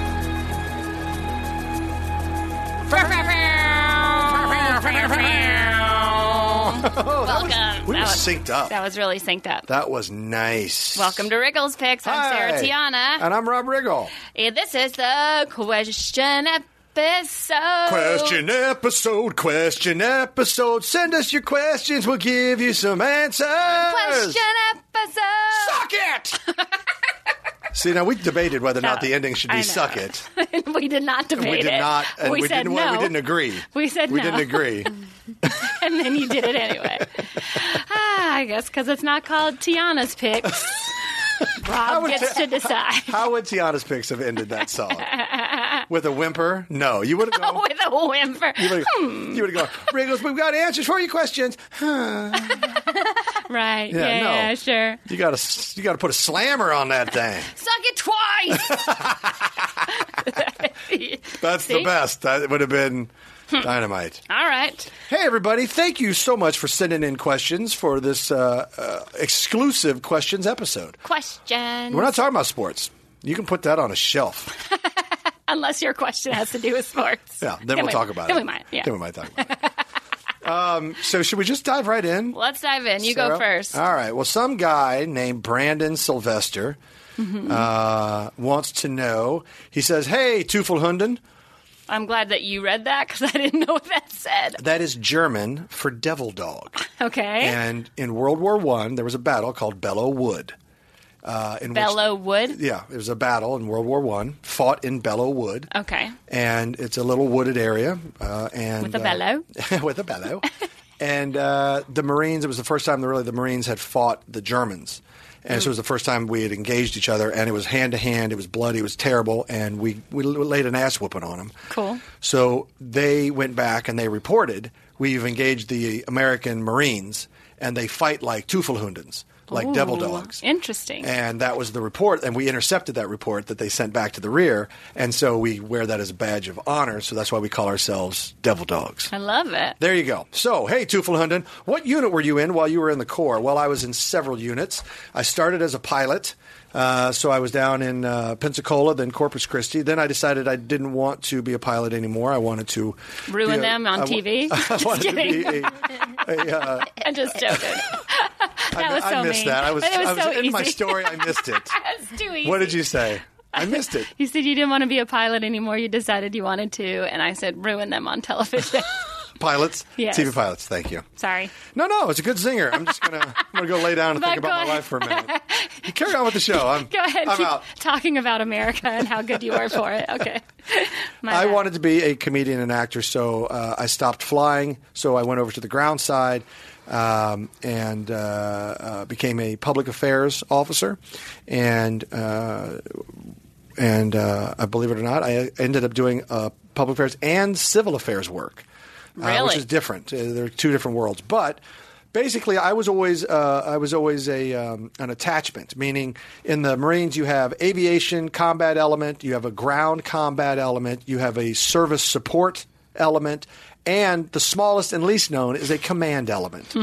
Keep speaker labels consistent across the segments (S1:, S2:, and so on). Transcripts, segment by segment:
S1: Welcome.
S2: We were
S1: That was-
S2: synced up.
S1: That was really synced up.
S2: That was nice.
S1: Welcome to Riggles Picks. I'm Sarah
S2: Hi. Uh,
S1: Tiana.
S2: And I'm Rob Riggle.
S1: And this is the question episode.
S2: Question episode, question episode. Send us your questions, we'll give you some answers.
S1: Question episode.
S2: Suck it! See, now we debated whether or not the ending should
S1: I
S2: be
S1: know.
S2: suck it.
S1: we did not debate
S2: And we did
S1: it.
S2: not, and
S1: we,
S2: we,
S1: said
S2: didn't,
S1: no.
S2: we didn't agree.
S1: We said
S2: We
S1: no.
S2: didn't agree.
S1: and then you did it anyway. ah, I guess because it's not called Tiana's Picks. Rob
S2: would
S1: gets
S2: Ta-
S1: to decide.
S2: How would Tiana's Picks have ended that song? With a whimper? No, you would have gone.
S1: With a whimper. Hmm,
S2: You would have, you would have gone, Riggles, we've got answers for your questions.
S1: Right.
S2: Yeah,
S1: Yeah, yeah,
S2: no.
S1: sure.
S2: You gotta, s- you gotta put a slammer on that thing.
S1: Suck it twice.
S2: That's the
S1: See? Hmm.
S2: best. That would have been dynamite.
S1: All right.
S2: Hey, everybody. Thank you so much for sending in questions for this uh, uh, exclusive questions episode.
S1: Question.
S2: We're not talking about sports. You can put that on a shelf.
S1: Unless your question has to do with sports.
S2: Yeah, then, we'll
S1: we-
S2: talk about
S1: then
S2: it.
S1: we might. Yeah.
S2: Then we might talk about it. um, so, should we just dive right in?
S1: Let's dive in. You
S2: Sarah?
S1: go first.
S2: All right. Well, some guy named Brandon Sylvester
S1: Mm-hmm.
S2: uh, wants to know. He says, Hey, Tufelhunden.
S1: I'm glad that you read that because I didn't know what that said.
S2: That is German for devil
S1: Eh?
S2: dog.
S1: Okay.
S2: And in World War One, there was a battle called Bellow Wood. Uh, in which-
S1: Bellow Wood.
S2: yeah, it was a battle in World War One, fought in Bellow Wood,
S1: Okay.
S2: and it's a little wooded area. Uh, and
S1: With a
S2: uh,
S1: bellow?
S2: with a bellow. and uh, the Marines. It was the first time that really the Marines had fought the Germans. And
S1: Hmm.
S2: so it was the first time we had engaged each other, and it was hand to hand. It was bloody. It was terrible, and we, we laid an ass whooping on them.
S1: Cool.
S2: So they went back and they reported we've engaged the American Marines and they fight like Tufelhundens, like devil
S1: Ooh,
S2: dogs.
S1: Interesting.
S2: And that was the report, and we intercepted that report that they sent back to the rear, and so we wear that as a badge of honor. So that's why we call ourselves devil dogs.
S1: I love it.
S2: There you go. So, hey, Tufelhunden, what unit were you in while you were in the Corps? Well, I was in several units. I started as a pilot, uh, so I was down in uh, Pensacola, then Corpus Christi. Then I decided I didn't want to be a pilot anymore. I wanted to
S1: Ruin
S2: be a-
S1: them on
S2: I wa-
S1: TV.
S2: I
S1: Just
S2: wanted to be
S1: kidding.
S2: a- a, uh,
S1: I'm just joking. that was so
S2: I missed
S1: mean.
S2: that. I was,
S1: But it was
S2: I was
S1: so
S2: in my
S1: easy.
S2: story. I missed it.
S1: That's too easy.
S2: What did you say? I missed it.
S1: You said you didn't want to be a pilot anymore. You decided you wanted to, and I said ruin them on television.
S2: Pilots,
S1: Yes.
S2: TV pilots. Thank you.
S1: Sorry.
S2: No, no, it's a good singer. I'm just gonna, I'm gonna go lay down and
S1: But
S2: think about
S1: go
S2: my
S1: ahead.
S2: life for a minute. You Carry on with the show. I'm,
S1: Go ahead.
S2: I'm
S1: keep
S2: out.
S1: talking about America and how good you are for it. Okay. My
S2: I
S1: bad.
S2: wanted to be a comedian and actor, so uh, I stopped flying. So I went over to the ground side um, and uh, uh, became a public affairs officer. And uh, and uh, I believe it or not, I ended up doing uh, public affairs and civil affairs work, uh, which
S1: Really?
S2: is different. Uh, they're two different worlds, but. Basically, I was always uh, I was always a um, an attachment, meaning in the Marines you have aviation combat element, you have a ground combat element, you have a service support element, and the smallest and least known is a command element.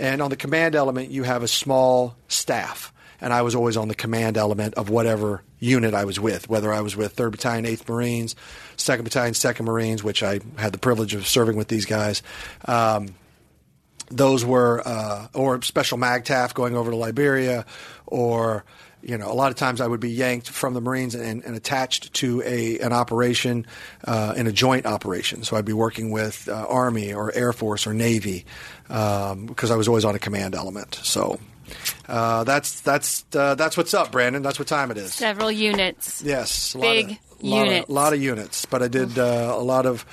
S2: And on the command element, you have a small staff and I was always on the command element of whatever unit I was with, whether I was with 3rd Battalion, 8th Marines, 2nd Battalion, 2nd Marines, which I had the privilege of serving with these guys. Um, those were, uh, or Special MAGTAF going over to Liberia, or you know, a lot of times I would be yanked from the Marines and, and attached to a an operation uh, in a joint operation. So I'd be working with uh, Army or Air Force or Navy um, because I was always on a command element. So uh, that's that's uh, that's what's up, Brandon. That's what time it is.
S1: several units.
S2: Yes, a
S1: Big
S2: lot of, lot of-
S1: units.
S2: lot of units. But I did uh, a lot of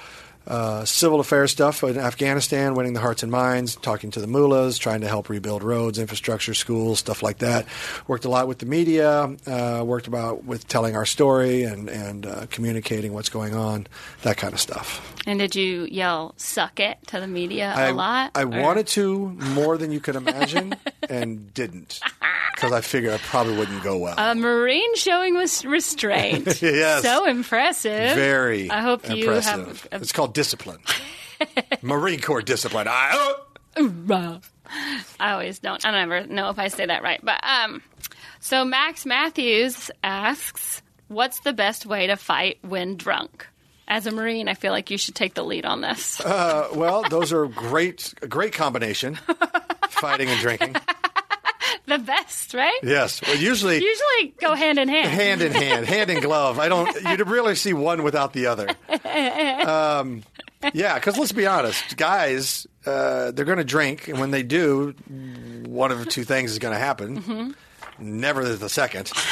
S2: uh, civil affairs stuff in Afghanistan, winning the hearts and minds, talking to the mullahs, trying to help rebuild roads, infrastructure, schools, stuff like that. Worked a lot with the media. Uh, worked about with telling our story and and uh, communicating what's going on, that kind of stuff.
S1: And did you yell "suck it" to the media
S2: I
S1: a lot?
S2: I
S1: or-
S2: wanted to more than you could imagine and didn't because I figured I probably wouldn't go well.
S1: A Marine showing was restraint.
S2: Yes.
S1: So impressive.
S2: Very.
S1: I hope you
S2: impressive.
S1: have. A,
S2: it's called discipline. Marine Corps discipline. I, oh!
S1: I always don't. I never know if I say that right. But um, so Max Matthews asks, "What's the best way to fight when drunk?" As a Marine, I feel like you should take the lead on this.
S2: Uh, well, those are great. A great combination. Fighting and drinking.
S1: the best, right?
S2: Yes. Well, usually
S1: Usually go hand in hand.
S2: hand in hand, hand in glove. I don't. You'd really see one without the other. Um, yeah, because let's be honest, guys, uh, they're going to drink, and when they do, one of two things is going to happen.
S1: Mm-hmm.
S2: Never the second.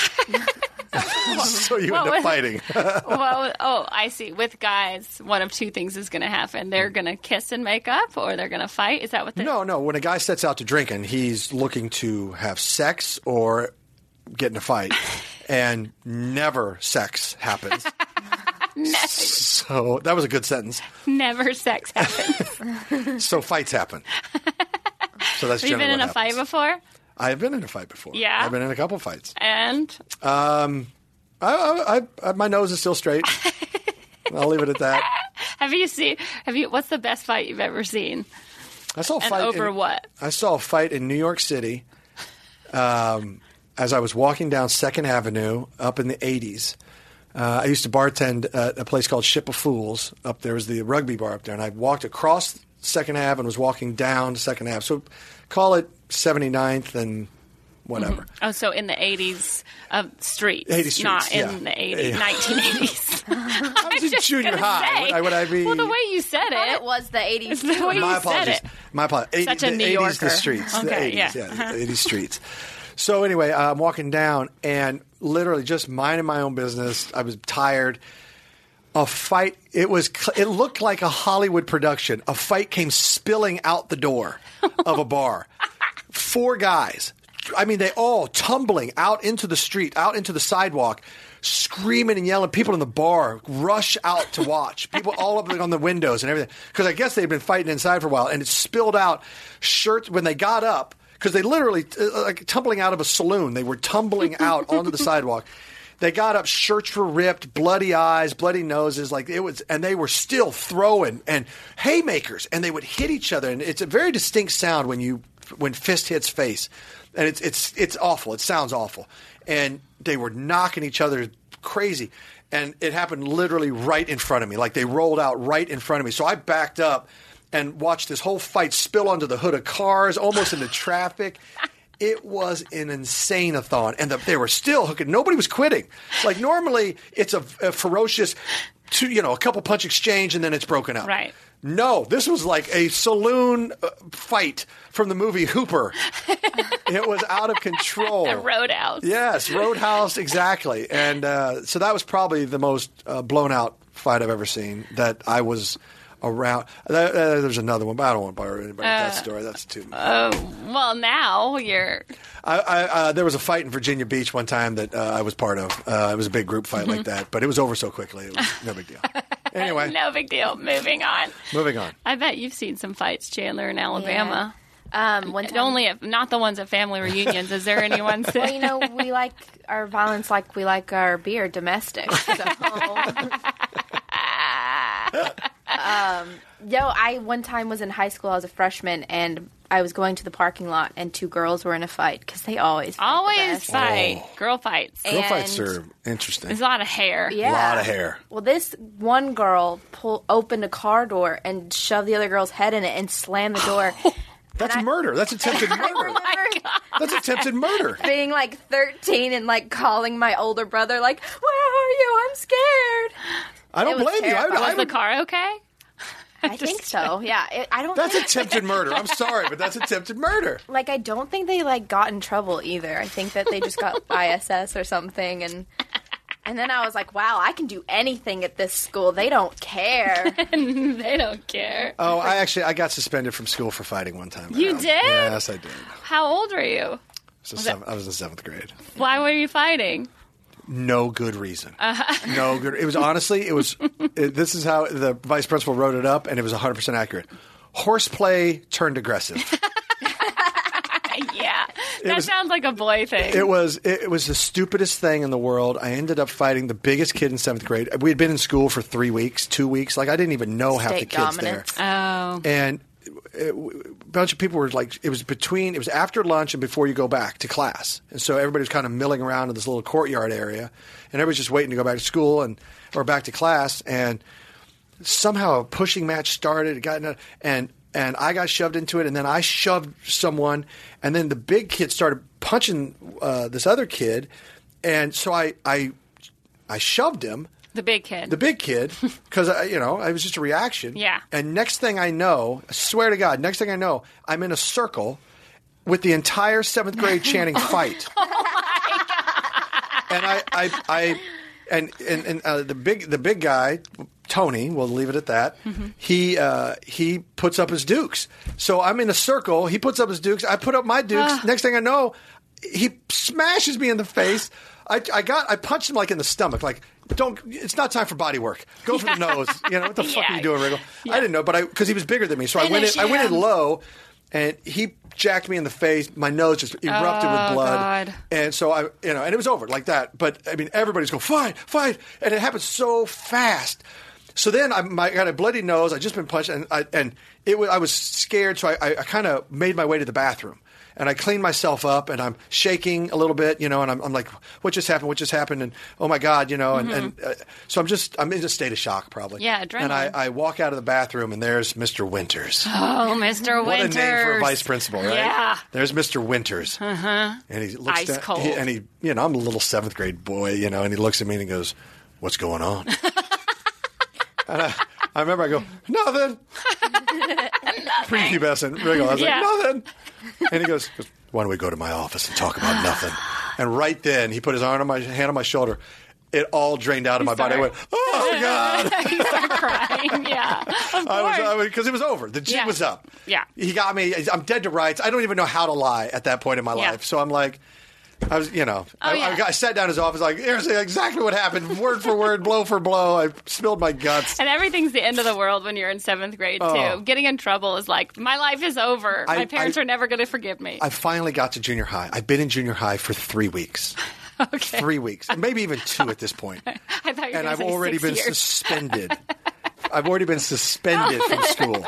S2: so you end
S1: Well,
S2: up fighting.
S1: well, oh, I see. With guys, one of two things is going to happen: they're going to kiss and make up, or they're going to fight. Is that what? The-
S2: Mm. No, no. When a guy sets out to drink and he's looking to have sex or get in a fight, and never sex happens. So that was a good sentence.
S1: never sex happens.
S2: So fights happen. So that's
S1: Have you
S2: generally
S1: been in a
S2: what
S1: fight
S2: happens.
S1: before?
S2: I've been in a fight before.
S1: Yeah?
S2: I've been in a couple fights.
S1: And
S2: I, I, I, I, my nose is still straight. I'll leave it at that.
S1: have you seen? Have you? What's the best fight you've ever seen?
S2: I saw a
S1: And
S2: fight
S1: over
S2: in,
S1: what?
S2: I saw a fight in New York City. Um, as I was walking down Second Avenue up in the '80s, uh, I used to bartend at a place called Ship of Fools. Up there was the rugby bar up there, and I walked across Second Ave and was walking down Second Ave. So call it 79th and whatever.
S1: Oh, so in the eighties of streets,
S2: 80s streets,
S1: not in
S2: yeah.
S1: the 80s,
S2: Yeah.
S1: 1980s.
S2: I was in junior
S1: gonna
S2: high.
S1: say.
S2: Would I- would I be?
S1: well, the way you said
S3: thought
S1: it,
S3: it was the 80s.
S1: the way you
S2: my
S1: said
S2: apologies.
S1: it.
S2: My apologies.
S1: Such a
S2: the
S1: New
S2: 80s,
S1: Yorker.
S2: the streets. the
S1: Okay,
S2: 80s,
S1: yeah.
S2: the 80s streets. So anyway, I'm walking down and literally just minding my own business. I was tired. A fight. It was. cl- It looked like a Hollywood production. A fight came spilling out the door of a bar. Four guys. I mean, they all tumbling out into the street, out into the sidewalk, screaming and yelling. People in the bar rush out to watch. People all up on the windows and everything because I guess they've been fighting inside for a while, and it spilled out. Shirts when they got up because they literally uh, like tumbling out of a saloon. They were tumbling out onto the sidewalk. They got up, shirts were ripped, bloody eyes, bloody noses, like it was, and they were still throwing and haymakers, and they would hit each other, and it's a very distinct sound when you when fist hits face, and it's it's it's awful. It sounds awful, and they were knocking each other crazy, and it happened literally right in front of me, like they rolled out right in front of me, so I backed up and watched this whole fight spill onto the hood of cars, almost into traffic. It was an insane a thon, and the, they were still hooking. Nobody was quitting. Like normally, it's a, a ferocious, two, you know, a couple punch exchange, and then it's broken up.
S1: Right.
S2: No, this was like a saloon uh, fight from the movie Hooper. it was out of control.
S1: A roadhouse.
S2: Yes, Roadhouse, exactly. And uh, so that was probably the most uh, blown out fight I've ever seen that I was around. Uh, uh, there's another one, but I don't want to bore anybody with that story. That's too.
S1: Well, now you're.
S2: I, I, uh, there was a fight in Virginia Beach one time that uh, I was part of. Uh, it was a big group fight like that, but it was over so quickly. It was no big deal. Anyway,
S1: No big deal. Moving on.
S2: moving on.
S1: I bet you've seen some fights, Chandler, in Alabama.
S3: Um, one
S1: And
S3: time,
S1: Only if not the ones at family reunions. Is there anyone?
S3: well, you know, we like our violence like we like our beer domestic. So. um, no, Um, I one time was in high school. I was a freshman, and I was going to the parking lot, and two girls were in a fight because they always fight the
S1: always
S3: best.
S1: fight
S2: Oh.
S1: girl fights.
S2: Girl fights
S3: And-
S2: are interesting.
S1: There's a lot of hair.
S3: Yeah.
S2: Lot of hair.
S3: Well, this one girl pull opened a car door and shoved the other girl's head in it and slammed the door.
S1: Oh
S2: That's murder. That's attempted murder.
S3: I remember
S2: That's attempted murder.
S3: being like 13 and like calling my older brother like, "Where are you? I'm scared."
S2: I
S3: It
S2: don't
S3: was
S2: blame you. I,
S3: terrifying.
S2: I
S1: Was the
S2: would
S1: car okay?
S3: I think so. Yeah. It, I don't
S2: That's
S3: think,
S2: attempted murder. I'm sorry, but that's attempted murder.
S3: like I don't think they like got in trouble either. I think that they just got ISS or something and And then I was like, wow, I can do anything at this school. They don't care.
S1: they don't care.
S2: Oh, I actually I got suspended from school for fighting one time.
S1: You
S2: Um,
S1: did?
S2: Yes, I did.
S1: How old were you?
S2: So seven, I was in seventh grade.
S1: Why were you fighting?
S2: No good reason.
S3: Uh-huh.
S2: No good. It was honestly, it was. it, this is how the vice principal wrote it up, and it was 100 percent accurate. Horseplay turned aggressive.
S1: yeah, that
S2: was-
S1: sounds like a boy thing.
S2: It was it, it was the stupidest thing in the world. I ended up fighting the biggest kid in seventh grade. We had been in school for three weeks, two weeks. Like I didn't even know half the
S3: State
S2: kids
S3: dominance.
S2: there.
S1: oh,
S2: And it- a bunch of people were like, it was between, it was after lunch and before you go back to class. And so everybody was kind of milling around in this little courtyard area, and everybody's just waiting to go back to school and or back to class. And somehow a pushing match started. It got in a- and and I got shoved into it, and then I shoved someone, and then the big kid started punching uh, this other kid, and so I I I shoved him,
S1: the big kid.
S2: the big kid, because you know it was just a reaction.
S1: Yeah.
S2: And next thing I know, I swear to God, next thing I know, I'm in a circle with the entire seventh grade chanting "fight." and I, I, I and and, and uh, the big the big guy Tony, we'll leave it at that.
S1: Mm-hmm.
S2: He uh, he puts up his dukes. So I'm in a circle. He puts up his dukes. I put up my dukes.
S1: Ah.
S2: Next thing I know, he smashes me in the face. I, I got I punched him like in the stomach. Like don't. It's not time for body work. Go for the nose. You know what the fuck are
S1: Yeah.
S2: you doing, Wriggle? I didn't know, but I because he was bigger than me, so I went in, I
S1: Finish
S2: went in
S1: him.
S2: low, and he jacked me in the face. My nose just erupted
S1: Oh,
S2: with blood.
S1: God.
S2: And so I, you know, and it was over like that. But I mean, everybody's going fight, fight, and it happened so fast. So then I, my, I got a bloody nose. I just been punched, and I, and it was, I was scared. So I, I, I kind of made my way to the bathroom, and I cleaned myself up, and I'm shaking a little bit, you know, and I'm, I'm like, what just happened? What just happened? And oh my god, you know, and, and uh, so I'm just I'm in a state of shock probably.
S1: Mm-hmm. Yeah,
S2: And I,
S1: adrenaline.
S2: I walk out of the bathroom, and there's Mr. Winters.
S1: oh, Mr.
S2: What
S1: Winters.
S2: a name for a vice principal, right?
S1: Yeah. Uh-huh.
S2: There's Mr. Winters. And he looks
S1: Ice
S2: down,
S1: cold.
S2: he- and he, you know, I'm a little seventh grade boy, you know, and he looks at me and he goes, "What's going on?" and I, I remember I go, "Nothing." Prepubescent wriggle. I was
S1: Yeah.
S2: like, "Nothing." And he goes, "Why don't we go to my office and talk about nothing?" And right then, he put his arm on my hand on my shoulder. It all drained out of my body. I
S1: sorry.
S2: went, "Oh God."
S1: you start crying. Yeah, of
S2: I was-
S1: course.
S2: I was because it was over. The jig
S1: Yeah.
S2: was up.
S1: Yeah.
S2: he got me. I'm dead to rights. I don't even know how to lie at that point in my
S1: Yeah. Oh,
S2: life. So I'm like, I was, you know, I,
S1: yeah.
S2: I, got, I sat down in his office like, here's exactly what happened, word for word, blow for blow. I spilled my guts.
S1: and everything's the end of the world when you're in seventh grade,
S2: Oh.
S1: too. Getting in trouble is like, my life is over.
S2: I-
S1: my parents
S2: I-
S1: are never going to forgive me.
S2: I finally got to junior high. I've been in junior high for three weeks.
S1: okay.
S2: Three weeks, maybe even two at this point.
S1: I thought you were
S2: and
S1: gonna
S2: I've
S1: say
S2: already
S1: six
S2: been
S1: years.
S2: suspended. I've already been suspended from school.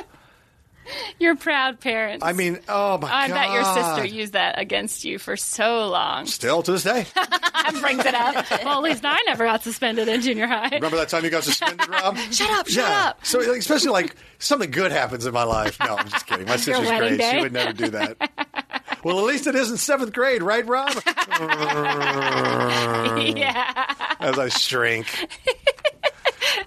S1: You're proud parents.
S2: I mean, oh my
S1: I
S2: god!
S1: bet your sister used that against you for so long.
S2: still to this day.
S1: That brings it up. well, at least I never got suspended in junior high.
S2: Remember that time you got suspended, Rob?
S1: Shut up, shut
S2: yeah.
S1: up.
S2: So, like, especially like something good happens in my life. No, I'm just kidding. My sister's
S1: wedding
S2: great. She
S1: day?
S2: would never do that. well, at least it isn't seventh grade, right, Rob? Uh,
S1: yeah.
S2: As I shrink.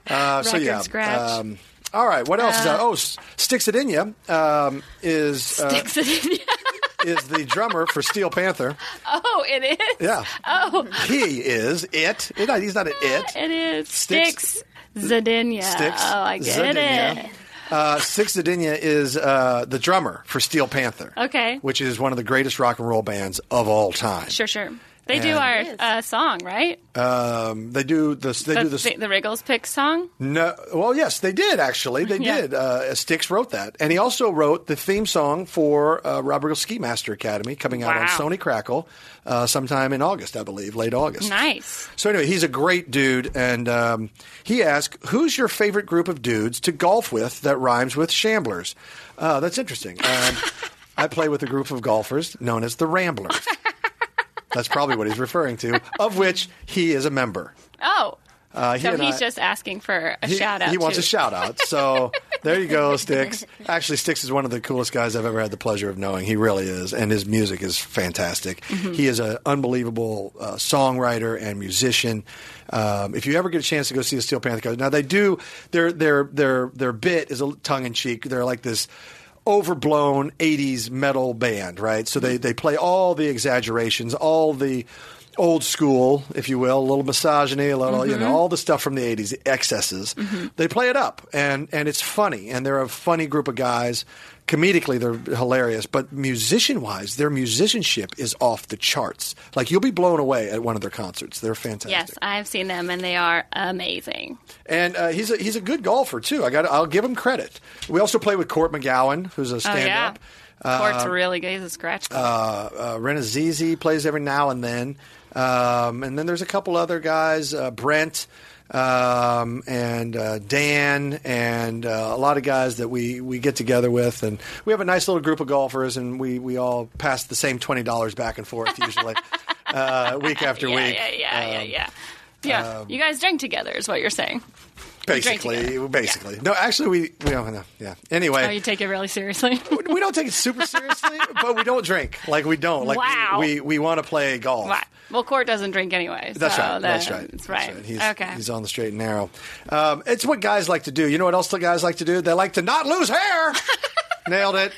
S2: Uh, so
S1: Record
S2: yeah.
S1: scratch. Uh,
S2: Um, all right. What else is that? Oh, S- sticks it in you um, is uh,
S1: Sticks it in you.
S2: is the drummer for Steel Panther.
S1: Oh, it is.
S2: Yeah.
S1: Oh,
S2: He is it. It- He's not an it.
S1: it is.
S2: Sticks-
S1: Sticks. Zadinya.
S2: Sticks.
S1: Oh, I get
S2: Zadinya.
S1: it.
S2: Uh, Six Zadinya is uh, the drummer for Steel Panther.
S1: Okay.
S2: Which is one of the greatest rock and roll bands of all time.
S1: Sure, sure. They do
S2: And-
S1: our
S3: It is.
S1: uh, song, right?
S2: Um, they do the they
S1: the,
S2: do the,
S1: the, the Wriggles pick song.
S2: no well yes they did actually they
S1: Yeah.
S2: did uh, Styx wrote that and he also wrote the theme song for uh, Robert Eagle's Ski Master Academy coming out on
S1: Wow.
S2: Sony Crackle uh, sometime in August I believe late August
S1: Nice.
S2: So anyway, he's a great dude, and um, he asked, "Who's your favorite group of dudes to golf with that rhymes with shamblers?" Uh, that's interesting. Um, I play with a group of golfers known as the Ramblers. That's probably what he's referring to, of which he is a member.
S1: Oh.
S2: Uh, he
S1: so
S2: and
S1: he's
S2: I-
S1: just asking for a
S2: he,
S1: shout out.
S2: He wants
S1: to-
S2: a shout out. So there you go, Sticks. Actually, Sticks is one of the coolest guys I've ever had the pleasure of knowing. He really is, and his music is fantastic.
S1: Mm-hmm.
S2: He is an unbelievable uh, songwriter and musician. Um, if you ever get a chance to go see the Steel Panther, Guys- now they do their their their their bit is a tongue in cheek. They're like this overblown 80s metal band, right? So they, they play all the exaggerations, all the old school, if you will, a little misogyny, a little,
S1: Mm-hmm.
S2: you know, all the stuff from the 80s, the excesses. They play it up and, and it's funny. And they're a funny group of guys. Comedically, they're hilarious, but musician wise, their musicianship is off the charts. Like, you'll be blown away at one of their concerts. They're fantastic.
S1: Yes, I've seen them and they are amazing.
S2: And uh, he's a, he's a good golfer too. I got I'll give him credit. We also play with Court McGowan, who's a
S1: Oh
S2: stand
S1: yeah,
S2: up. Um,
S1: Court's really good. He's a scratch.
S2: Uh, Renazizi plays every now and then, um, and then there's a couple other guys, uh, Brent um, and uh, Dan, and uh, a lot of guys that we we get together with, and we have a nice little group of golfers, and we we all pass the same twenty dollars back and forth usually. Uh, week after um,
S1: yeah,
S2: week,
S1: yeah, yeah, yeah, yeah. Yeah, you guys drink together is what you're saying. drank
S2: basically,
S1: together.
S2: basically. No, actually, we we don't. No, yeah. Anyway,
S1: Oh, you take it really seriously.
S2: we don't take it super seriously, but we don't drink. Like we don't. Like
S1: Wow.
S2: we we, we want to play golf.
S1: right. Well, Court doesn't drink anyway.
S2: That's
S1: so
S2: right. That's
S1: that-
S2: right.
S1: That's
S2: That's
S1: right.
S2: He's,
S1: okay.
S2: He's on the straight and narrow. Um, it's what guys like to do. You know what else the guys like to do? They like to not lose hair. Nailed it.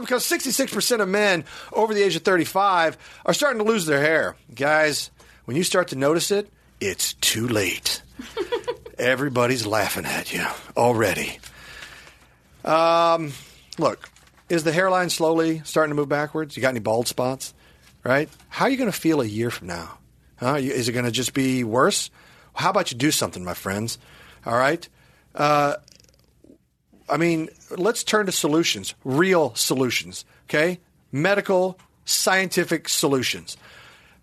S2: because 66% of men over the age of 35 are starting to lose their hair. Guys, when you start to notice it, it's too late. Everybody's laughing at you already. Um, look, is the hairline slowly starting to move backwards? You got any bald spots? Right? How are you going to feel a year from now? Huh? You- Is it going to just be worse? How about you do something, my friends? All right? I mean, let's turn to solutions, real solutions, okay? Medical, scientific solutions.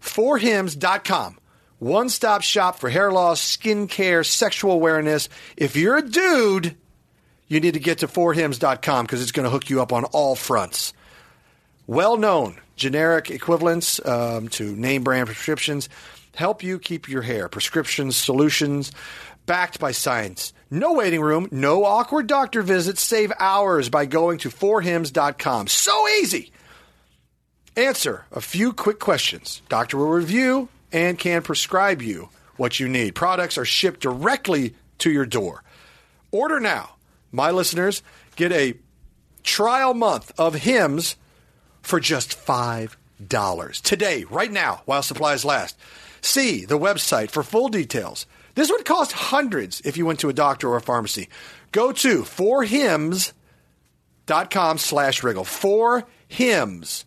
S2: Forhims.com, one stop shop for hair loss, skin care, sexual awareness. If you're a dude, you need to get to forhims.com because it's going to hook you up on all fronts well known generic equivalents um, to name brand prescriptions help you keep your hair. Prescriptions, solutions, backed by science. No waiting room, no awkward doctor visits. Save hours by going to forhims.com. So easy. Answer a few quick questions. Doctor will review and can prescribe you what you need. Products are shipped directly to your door. Order now. My listeners get a trial month of hymns for just $5 today, right now, while supplies last. See the website for full details. This would cost hundreds if you went to a doctor or a pharmacy. Go to forhims.com slash wriggle. For hymns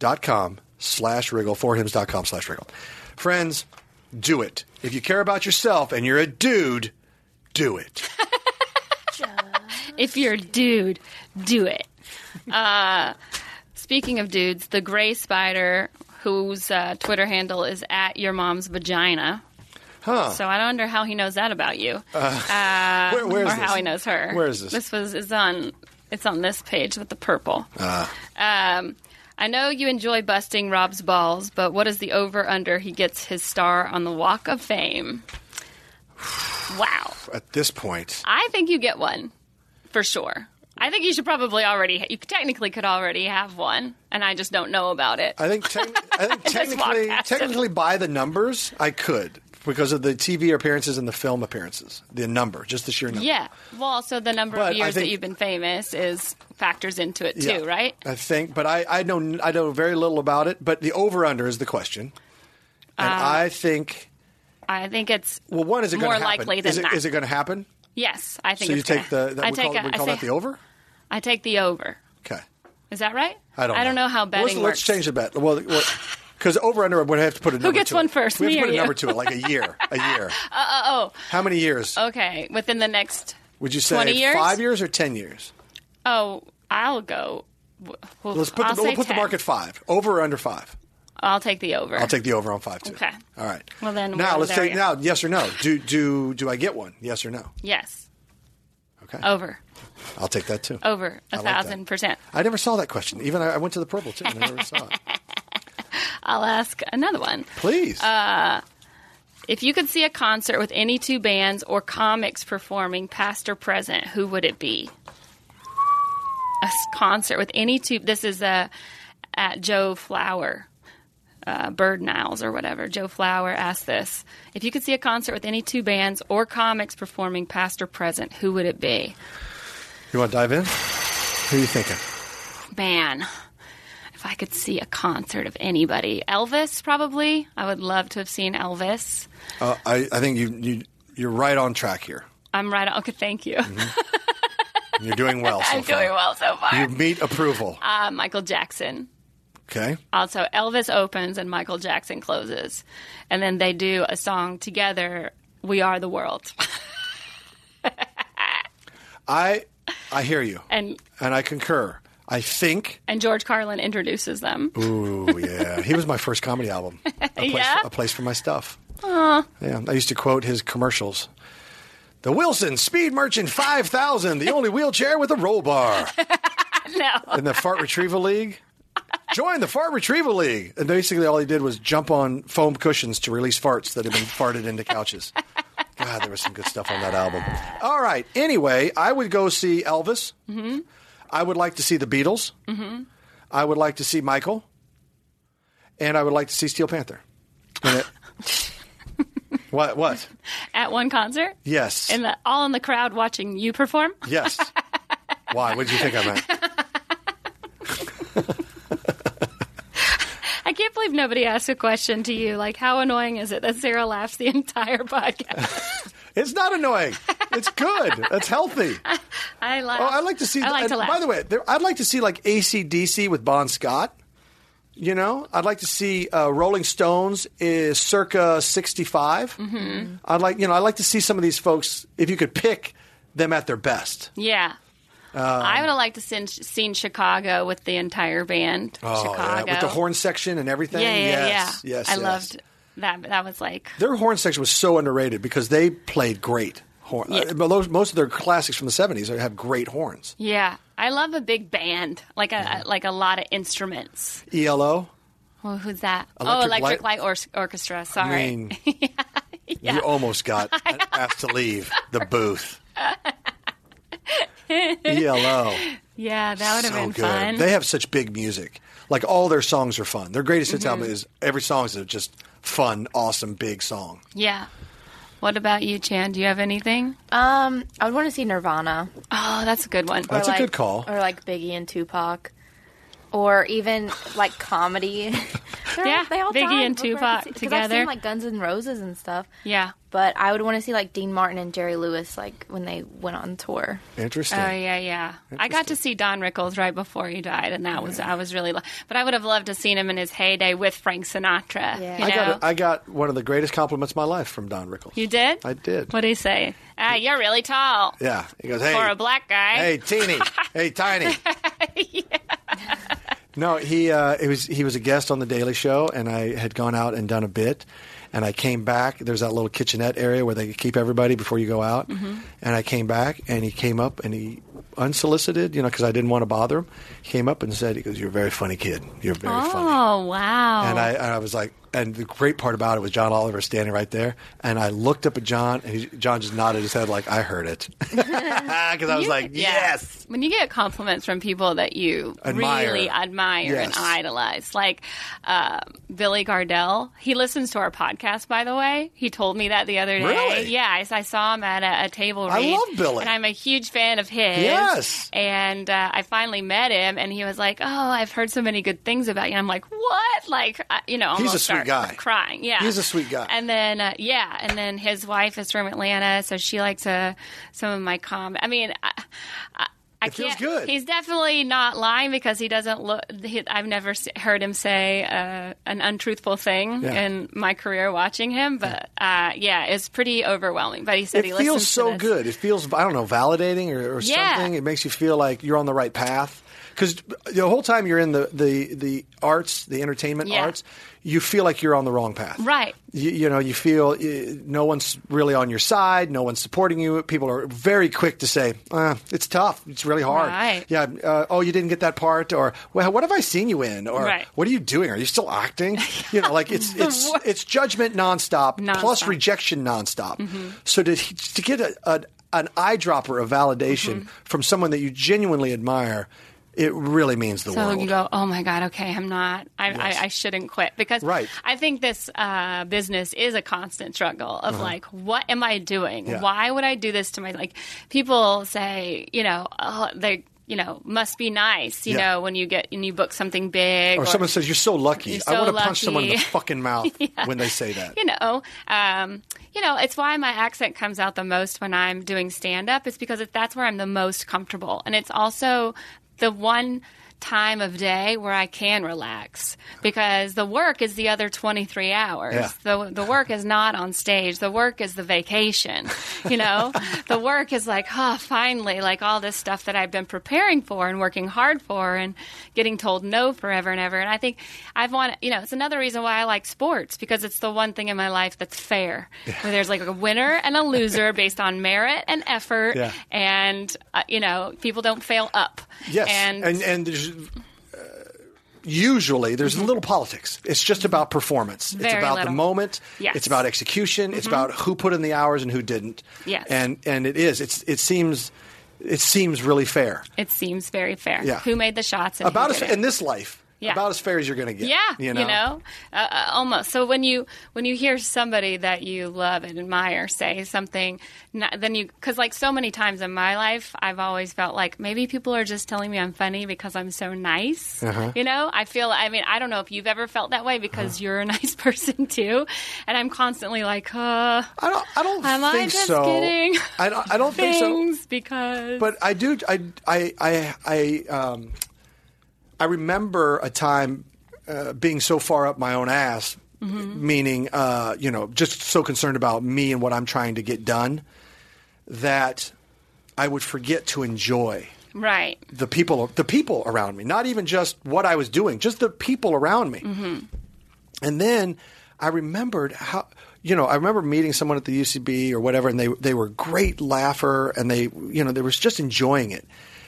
S2: dot com slash wriggle forhims dot com slash wriggle friends do it if you care about yourself and you're a dude do it
S1: If you're a dude, do it. Uh, speaking of dudes, the gray spider, whose uh, Twitter handle is at your mom's vagina.
S2: huh Uh,
S1: So I wonder how he knows that about you,
S2: Where- where's
S1: Uh, or
S2: this?
S1: how he knows her.
S2: Where is this?
S1: This was is on. It's on this page with the purple.
S2: Ah.
S1: Um, I know you enjoy busting Rob's balls, but what is the over under he gets his star on the Walk of Fame? Wow.
S2: at this point
S1: I think you get one for sure. I think you should probably already. You technically could already have one, and I just don't know about it.
S2: i think, tec- I think
S1: just walked
S2: technically
S1: past it.
S2: technically by the numbers i could because of the tv appearances and the film appearances the number just the sheer number
S1: yeah. Well, also the number
S2: But
S1: of
S2: I
S1: years
S2: think-
S1: that you've been famous is factors into it too,
S2: Yeah,
S1: right?
S2: i think but i i know i know very little about it but the over under is the question and i think
S1: I think it's
S2: well one is it going
S1: Uh, more
S2: to happen
S1: likely than
S2: is it,
S1: that.
S2: is it going to happen
S1: yes, I think.
S2: so you
S1: it's
S2: take
S1: gonna-
S2: the that
S1: I
S2: we
S1: take
S2: call,
S1: a-
S2: we
S1: I
S2: call
S1: say-
S2: that the over
S1: I take the over.
S2: okay
S1: Is that right?
S2: I don't.
S1: I don't know, how
S2: Well,
S1: betting
S2: let's,
S1: works.
S2: let's change the bet. Well, because over under, would have to put a number.
S1: gets
S2: to
S1: one
S2: it.
S1: first,
S2: We
S1: me or
S2: have to put a
S1: you?
S2: number to it, like a year, a year. Uh oh. How many years
S1: Okay, within the next.
S2: would you say?
S1: 20 years?
S2: Five years or ten years?
S1: Oh, I'll go. Well,
S2: Let's put
S1: I'll
S2: the
S1: say
S2: we'll put
S1: 10.
S2: the mark at five. Over or under five?
S1: I'll take the over.
S2: I'll take the over on five too.
S1: Okay.
S2: All right.
S1: Well, then
S2: now
S1: we're
S2: let's
S1: there
S2: take
S1: yet.
S2: now. Yes or no? Do do do I get one? Yes or no?
S1: Yes.
S2: Okay.
S1: Over.
S2: I'll take that too.
S1: Over. A
S2: I like that.
S1: thousand percent.
S2: I never saw that question. Even I, I went to the purple too. and I never saw it.
S1: I'll ask another one.
S2: Please.
S1: Uh, If you could see a concert with any two bands or comics performing, past or present, who would it be? A s- concert with any two. This is uh, at Joe Flower, uh, Bird and Owls or whatever. Joe Flower asked this: If you could see a concert with any two bands or comics performing, past or present, who would it be?
S2: you want to dive in? Who are you thinking?
S1: Man, if if I could see a concert of anybody, Elvis probably. I would love to have seen Elvis.
S2: Uh, I, I think you, you you're right on track here.
S1: I'm right. On, okay, thank you.
S2: You're doing well. So
S1: I'm
S2: far.
S1: doing well so far.
S2: You meet approval.
S1: uh, Michael Jackson.
S2: Okay.
S1: Also, Elvis opens and Michael Jackson closes, and then they do a song together. We are the world,
S2: I I hear you,
S1: and
S2: and I concur. I think.
S1: and George Carlin introduces them.
S2: Ooh, yeah. He was my first comedy album. A place,
S1: Yeah?
S2: a place for my stuff. Yeah. I used to quote his commercials. The Wilson Speed Merchant 5000, the only wheelchair with a roll bar.
S1: no,
S2: in the Fart Retrieval League. Join the Fart Retrieval League. And basically, all he did was jump on foam cushions to release farts that had been farted into couches. God, there was some good stuff on that album. All right. Anyway, I would go see Elvis. Mm-hmm. I would like to see the Beatles. Mm-hmm. I would like to see Michael. And I would like to see Steel Panther. And it- what? What?
S1: at one concert,
S2: Yes.
S1: in the all in the crowd watching you perform.
S2: Yes. Why? What did you think I meant?
S1: I can't believe nobody asked a question to you. Like, how annoying is it that Sarah laughs the entire podcast?
S2: It's not annoying. It's good. It's healthy.
S1: I laugh.
S2: Oh, I'd like to see.
S1: I like
S2: and
S1: to laugh.
S2: By the way, there, I'd like to see like ACDC with Bon Scott. You know, I'd like to see uh, Rolling Stones is circa '65. Mm-hmm. I'd like, you know, I'd like to see some of these folks if you could pick them at their best.
S1: yeah.
S2: Um,
S1: I would have liked to seen, seen Chicago with the entire band. Chicago
S2: Oh, with the horn section and everything.
S1: Yeah, yeah,
S2: yes,
S1: yeah.
S2: yes.
S1: I
S2: yes.
S1: loved that. That was like
S2: their horn section was so underrated because they played great horn.
S1: Yeah.
S2: uh, but those- most of their classics from the '70s have great horns.
S1: Yeah, I love a big band, like a
S2: Mm-hmm.
S1: like a lot of instruments.
S2: ELO.
S1: Well, who's that? oh,
S2: Electric
S1: Electric
S2: Light-
S1: Light, Or- Orchestra. Sorry,
S2: I mean, you almost got asked to leave the booth. ELO,
S1: yeah, that would have
S2: so
S1: been
S2: good.
S1: fun.
S2: They have such big music. Like all their songs are fun. Their greatest hits
S1: Mm-hmm.
S2: album is every song is just fun, awesome, big song.
S1: yeah. What about you, Chan? Do you have anything?
S3: Um, I would want to see Nirvana.
S1: Oh, that's a good one.
S2: That's a
S3: like-
S2: good call.
S3: Or like Biggie and Tupac. Or even like comedy. They're
S1: Yeah,
S3: all- they all
S1: Biggie
S3: died
S1: and
S3: before I could
S1: Tupac
S3: see- 'cause I've
S1: together.
S3: seen like Guns N' Roses and stuff.
S1: yeah.
S3: But I would want to see like Dean Martin and Jerry Lewis like when they went on tour.
S2: Interesting.
S1: Oh yeah, yeah. I got to see Don Rickles right before he died, and that was I was really. Lo- but I would have loved to seen him in his heyday with Frank Sinatra.
S3: Yeah.
S1: You
S2: I
S1: know,
S2: got a, I got one of the greatest compliments of my life from Don Rickles.
S1: you did.
S2: I did.
S1: What did he say? Ah, you're really tall
S2: Yeah, he goes, "Hey,
S1: for a black guy.
S2: Hey, teeny. hey, tiny. No, he uh, it was he was a guest on the Daily Show, and I had gone out and done a bit, and I came back. There's that little kitchenette area where they keep everybody before you go out, and I came back, and he came up, and he unsolicited, you know, because I didn't want to bother him. He came up and said, "He goes, you're a very funny kid. You're very funny."
S1: Oh wow!
S2: And I, and I was like, and the great part about it was John Oliver standing right there. And I looked up at John, and he, John just nodded his head like, I heard it. Because I was like,
S1: Yeah.
S2: yes.
S1: When you get compliments from people that you
S2: Admire.
S1: really admire
S2: Yes.
S1: and idolize, like uh, Billy Gardell, he listens to our podcast. By the way, he told me that the other day.
S2: Really?
S1: Yeah, I, I saw him at a, a table.
S2: I
S1: read,
S2: love Billy.
S1: and I'm a huge fan of his.
S2: Yes.
S1: and uh, I finally met him, and he was like, "Oh, I've heard so many good things about you." I'm like, "What?" Like, I, you know,
S2: He's a
S1: almost
S2: sweet
S1: start
S2: guy.
S1: Crying. Yeah,
S2: He's a sweet guy.
S1: And then uh, yeah, and then his wife is from Atlanta, so she likes uh, some of my com. I mean. I, I, I
S2: It feels
S1: can't-
S2: good.
S1: He's definitely not lying because he doesn't look. He, I've never s- heard him say uh, an untruthful thing
S2: Yeah.
S1: in my career watching him. But uh, yeah, it's pretty overwhelming. But he said
S2: It
S1: he
S2: feels
S1: listens to
S2: so
S1: this.
S2: good. It feels, I don't know, validating or, or
S1: Yeah.
S2: something. It makes you feel like you're on the right path. Because the whole time you're in the, the, the arts, the entertainment
S1: Yeah.
S2: arts, you feel like you're on the wrong path.
S1: Right.
S2: You, you know, you feel uh, no one's really on your side, no one's supporting you. People are very quick to say, uh, it's tough, it's really hard.
S1: Right.
S2: Yeah, uh, oh, you didn't get that part, or well, what have I seen you in? Or
S1: Right.
S2: what are you doing? Are you still acting? You know, like it's it's
S1: worst.
S2: it's judgment nonstop, plus
S1: Nonstop. Mm-hmm.
S2: rejection nonstop. So to to get a, a an eyedropper of validation
S1: Mm-hmm.
S2: from someone that you genuinely admire, it really means the
S1: So
S2: world.
S1: you go, oh my god, okay, I'm not. I, I, I shouldn't quit because
S2: Right.
S1: I think this uh, business is a constant struggle of like, what am I doing?
S2: Uh-huh. Yeah.
S1: Why would I do this to my like? People say, you know, oh, they you know, must be nice, you
S2: Yeah.
S1: know, when you get and you book something big
S2: Or, someone says, You're so lucky.
S1: You're
S2: I
S1: so
S2: want to punch someone in the
S1: lucky.
S2: fucking mouth when they say that.
S1: you know, um, you know, it's why my accent comes out the most when I'm doing stand up. It's because it, that's where I'm the most comfortable, and it's also the one time of day where I can relax because the work is the other 23 hours.
S2: Yeah.
S1: The the work is not on stage. The work is the vacation. You know, the work is like, oh, finally, like all this stuff that I've been preparing for and working hard for and getting told no forever and ever. And I think I've wanted, you know, it's another reason why I like sports because it's the one thing in my life that's fair, where there's like a winner and a loser based on merit and effort,
S2: Yeah.
S1: and uh, you know, people don't fail up.
S2: Yes,
S1: and,
S2: and and, there's, uh, usually there's a little politics. It's just about performance. it's
S1: Mm-hmm. Very
S2: about
S1: little.
S2: the moment.
S1: Yes. Mm-hmm.
S2: It's about execution. It's about who put in the hours and who didn't.
S1: Yes.
S2: and and it is. It's it seems it seems really fair.
S1: it seems very fair.
S2: Yeah.
S1: Who made the shots? And who
S2: About as
S1: did it?
S2: in this life,
S1: Yeah.
S2: about as fair as you're going to get.
S1: Yeah,
S2: you know.
S1: Uh, uh, almost. So when you when you hear somebody that you love and admire say something, not, then you because like so many times in my life, I've always felt like maybe people are just telling me I'm funny because I'm so nice.
S2: Uh-huh.
S1: You know, I feel. I mean, I don't know if you've ever felt that way because you're a nice person too, and I'm constantly like, uh,
S2: I don't. I don't
S1: Am I
S2: think
S1: just
S2: so.
S1: kidding?
S2: I don't. I don't think so.
S1: things because.
S2: But I do. I I I I, um, I remember a time uh, being so far up my own ass, meaning uh, you know, just so concerned about me and what I'm trying to get done that I would forget to enjoy
S1: right.
S2: the people the people around me not even just what i was doing just the people around me and then i remembered how you know i remember meeting someone at the ucb or whatever and they they were a great laugher and they you know they were just enjoying it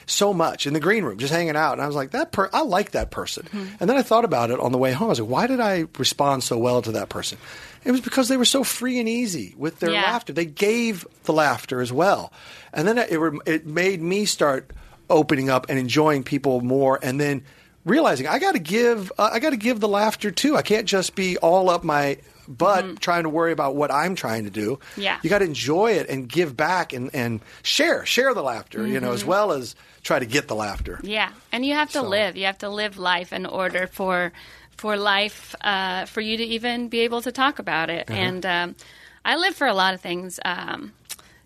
S2: so much in the green room just hanging out and i was like that per- i like that person and then i thought about it on the way home i was like why did i respond so well to that person it was because they were so free and easy with their
S1: Yeah.
S2: laughter they gave the laughter as well. And then it, rem- it made me start opening up and enjoying people more and then realizing I got to give uh, I got to give the laughter too. I can't just be all up my butt trying to worry about what I'm trying to do.
S1: Yeah.
S2: You got to enjoy it and give back and, and share share the laughter, you know, as well as try to get the laughter.
S1: Yeah, and you have to
S2: So-
S1: live. You have to live life in order for for life uh, for you to even be able to talk about it.
S2: Uh-huh.
S1: And um, I live for a lot of things. Um,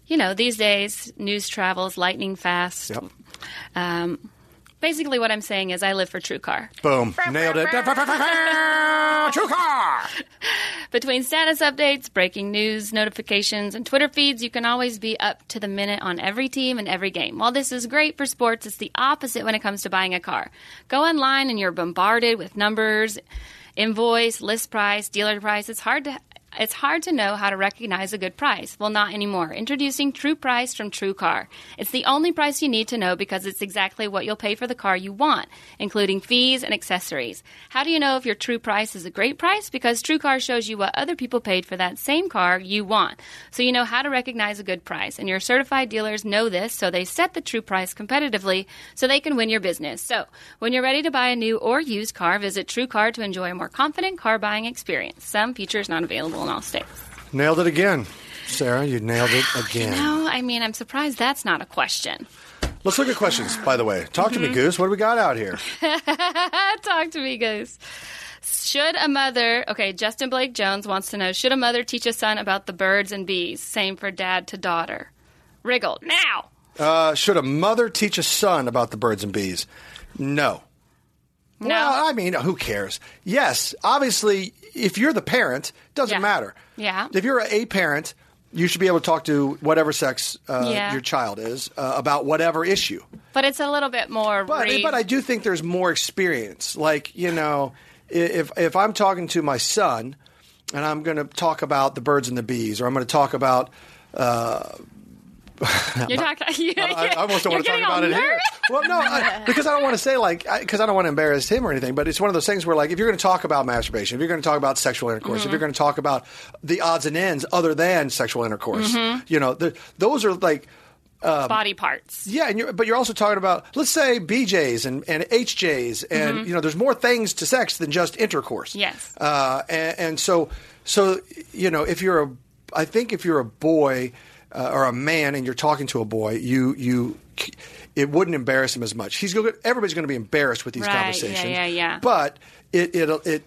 S1: you know, these days news travels lightning fast.
S2: Yep.
S1: Um, basically, what I'm saying is, I live for True Car.
S2: Boom. Nailed it. True car.
S1: Between status updates, breaking news, notifications, and Twitter feeds, you can always be up to the minute on every team and every game. While this is great for sports, it's the opposite when it comes to buying a car. Go online and you're bombarded with numbers, invoice, list price, dealer price. It's hard to it's hard to know how to recognize a good price. Well, not anymore. Introducing True Price from True Car. It's the only price you need to know because it's exactly what you'll pay for the car you want, including fees and accessories. How do you know if your true price is a great price? Because True Car shows you what other people paid for that same car you want. So you know how to recognize a good price. And your certified dealers know this, so they set the true price competitively so they can win your business. So when you're ready to buy a new or used car, visit True Car to enjoy a more confident car buying experience. Some features not available in all states.
S2: Nailed it again. Sarah, you nailed it again.
S1: No, I mean, I'm surprised that's not a question.
S2: Let's look at questions, by the way. Talk to me, Goose. What do we got out here?
S1: Ah, Talk to me, guys. Should a mother, okay, Justin Blake Jones wants to know should a mother teach a son about the birds and bees? Same for dad to daughter. Wriggle, now!
S2: Uh, should a mother teach a son about the birds and bees? No.
S1: No.
S2: Well, I mean, who cares? Yes, obviously, if you're the parent, doesn't
S1: Yeah.
S2: matter.
S1: Yeah.
S2: If you're a parent, you should be able to talk to whatever sex uh,
S1: Yeah.
S2: your child is uh, about whatever issue.
S1: But it's a little bit more.
S2: But
S1: re-
S2: but I do think there's more experience. Like you know, i- if if I'm talking to my son, and I'm going to talk about the birds and the bees, or I'm going to talk about
S1: you're talking. You,
S2: I, I almost don't
S1: you're
S2: want to talk
S1: getting all
S2: about it here.
S1: nervous.
S2: Well, no, I, because I don't want to say like because I, don't want to embarrass him or anything. But it's one of those things where like if you're going to talk about masturbation, if you're going to talk about sexual intercourse,
S1: Mm-hmm.
S2: if you're going to talk about the odds and ends other than sexual intercourse,
S1: Mm-hmm.
S2: you know, the, those are like Um,
S1: Body parts.
S2: yeah. And you're, but you're also talking about let's say BJ's and and HJ's and you know there's more things to sex than just intercourse.
S1: Mm-hmm. Yes.
S2: Uh, and, and so, so you know, if you're a, I think if you're a boy uh, or a man and you're talking to a boy, you you, it wouldn't embarrass him as much. He's going. Everybody's going to be embarrassed with these
S1: Right, yeah,
S2: conversations.
S1: yeah, yeah.
S2: But it it it.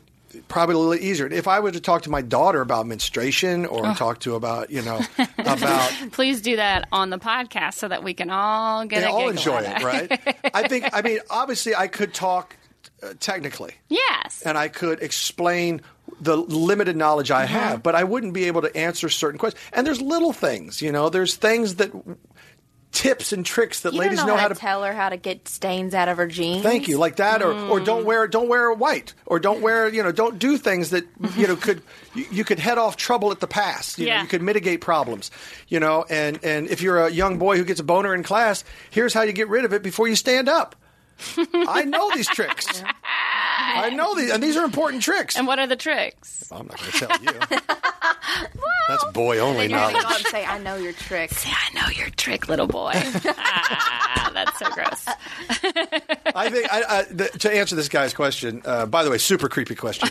S2: Probably a little easier. If I were to talk to my daughter about menstruation, or talk to about you know about
S1: Please do that on the podcast so that we can all get
S2: they
S1: a giggle
S2: all enjoy
S1: out of
S2: it, right? I think. I mean, obviously, I could talk uh, technically,
S1: Yes.
S2: and I could explain the limited knowledge I have, but I wouldn't be able to answer certain questions. And there's little things, you know. There's things that tips and tricks that
S3: You
S2: ladies
S3: don't
S2: know, how to.
S3: tell her how to get stains out of her jeans.
S2: Thank you, like that, or, or
S1: Mm.
S2: don't wear don't wear white, or don't wear you know don't do things that you know could you, you could head off trouble at the pass. You know,
S1: Yeah.
S2: you could mitigate problems, you know, and and if you're a young boy who gets a boner in class, here's how you get rid of it before you stand up. I know these tricks. I know these, and these are important tricks.
S1: and what are the tricks?
S2: I'm not going to tell you. That's boy only
S3: Then you're gonna
S2: knowledge.
S3: go up and say, "I know your trick."
S1: I know your trick, little boy. ah, that's so gross.
S2: I think I, I, th- to answer this guy's question. Uh, by the way, super creepy question.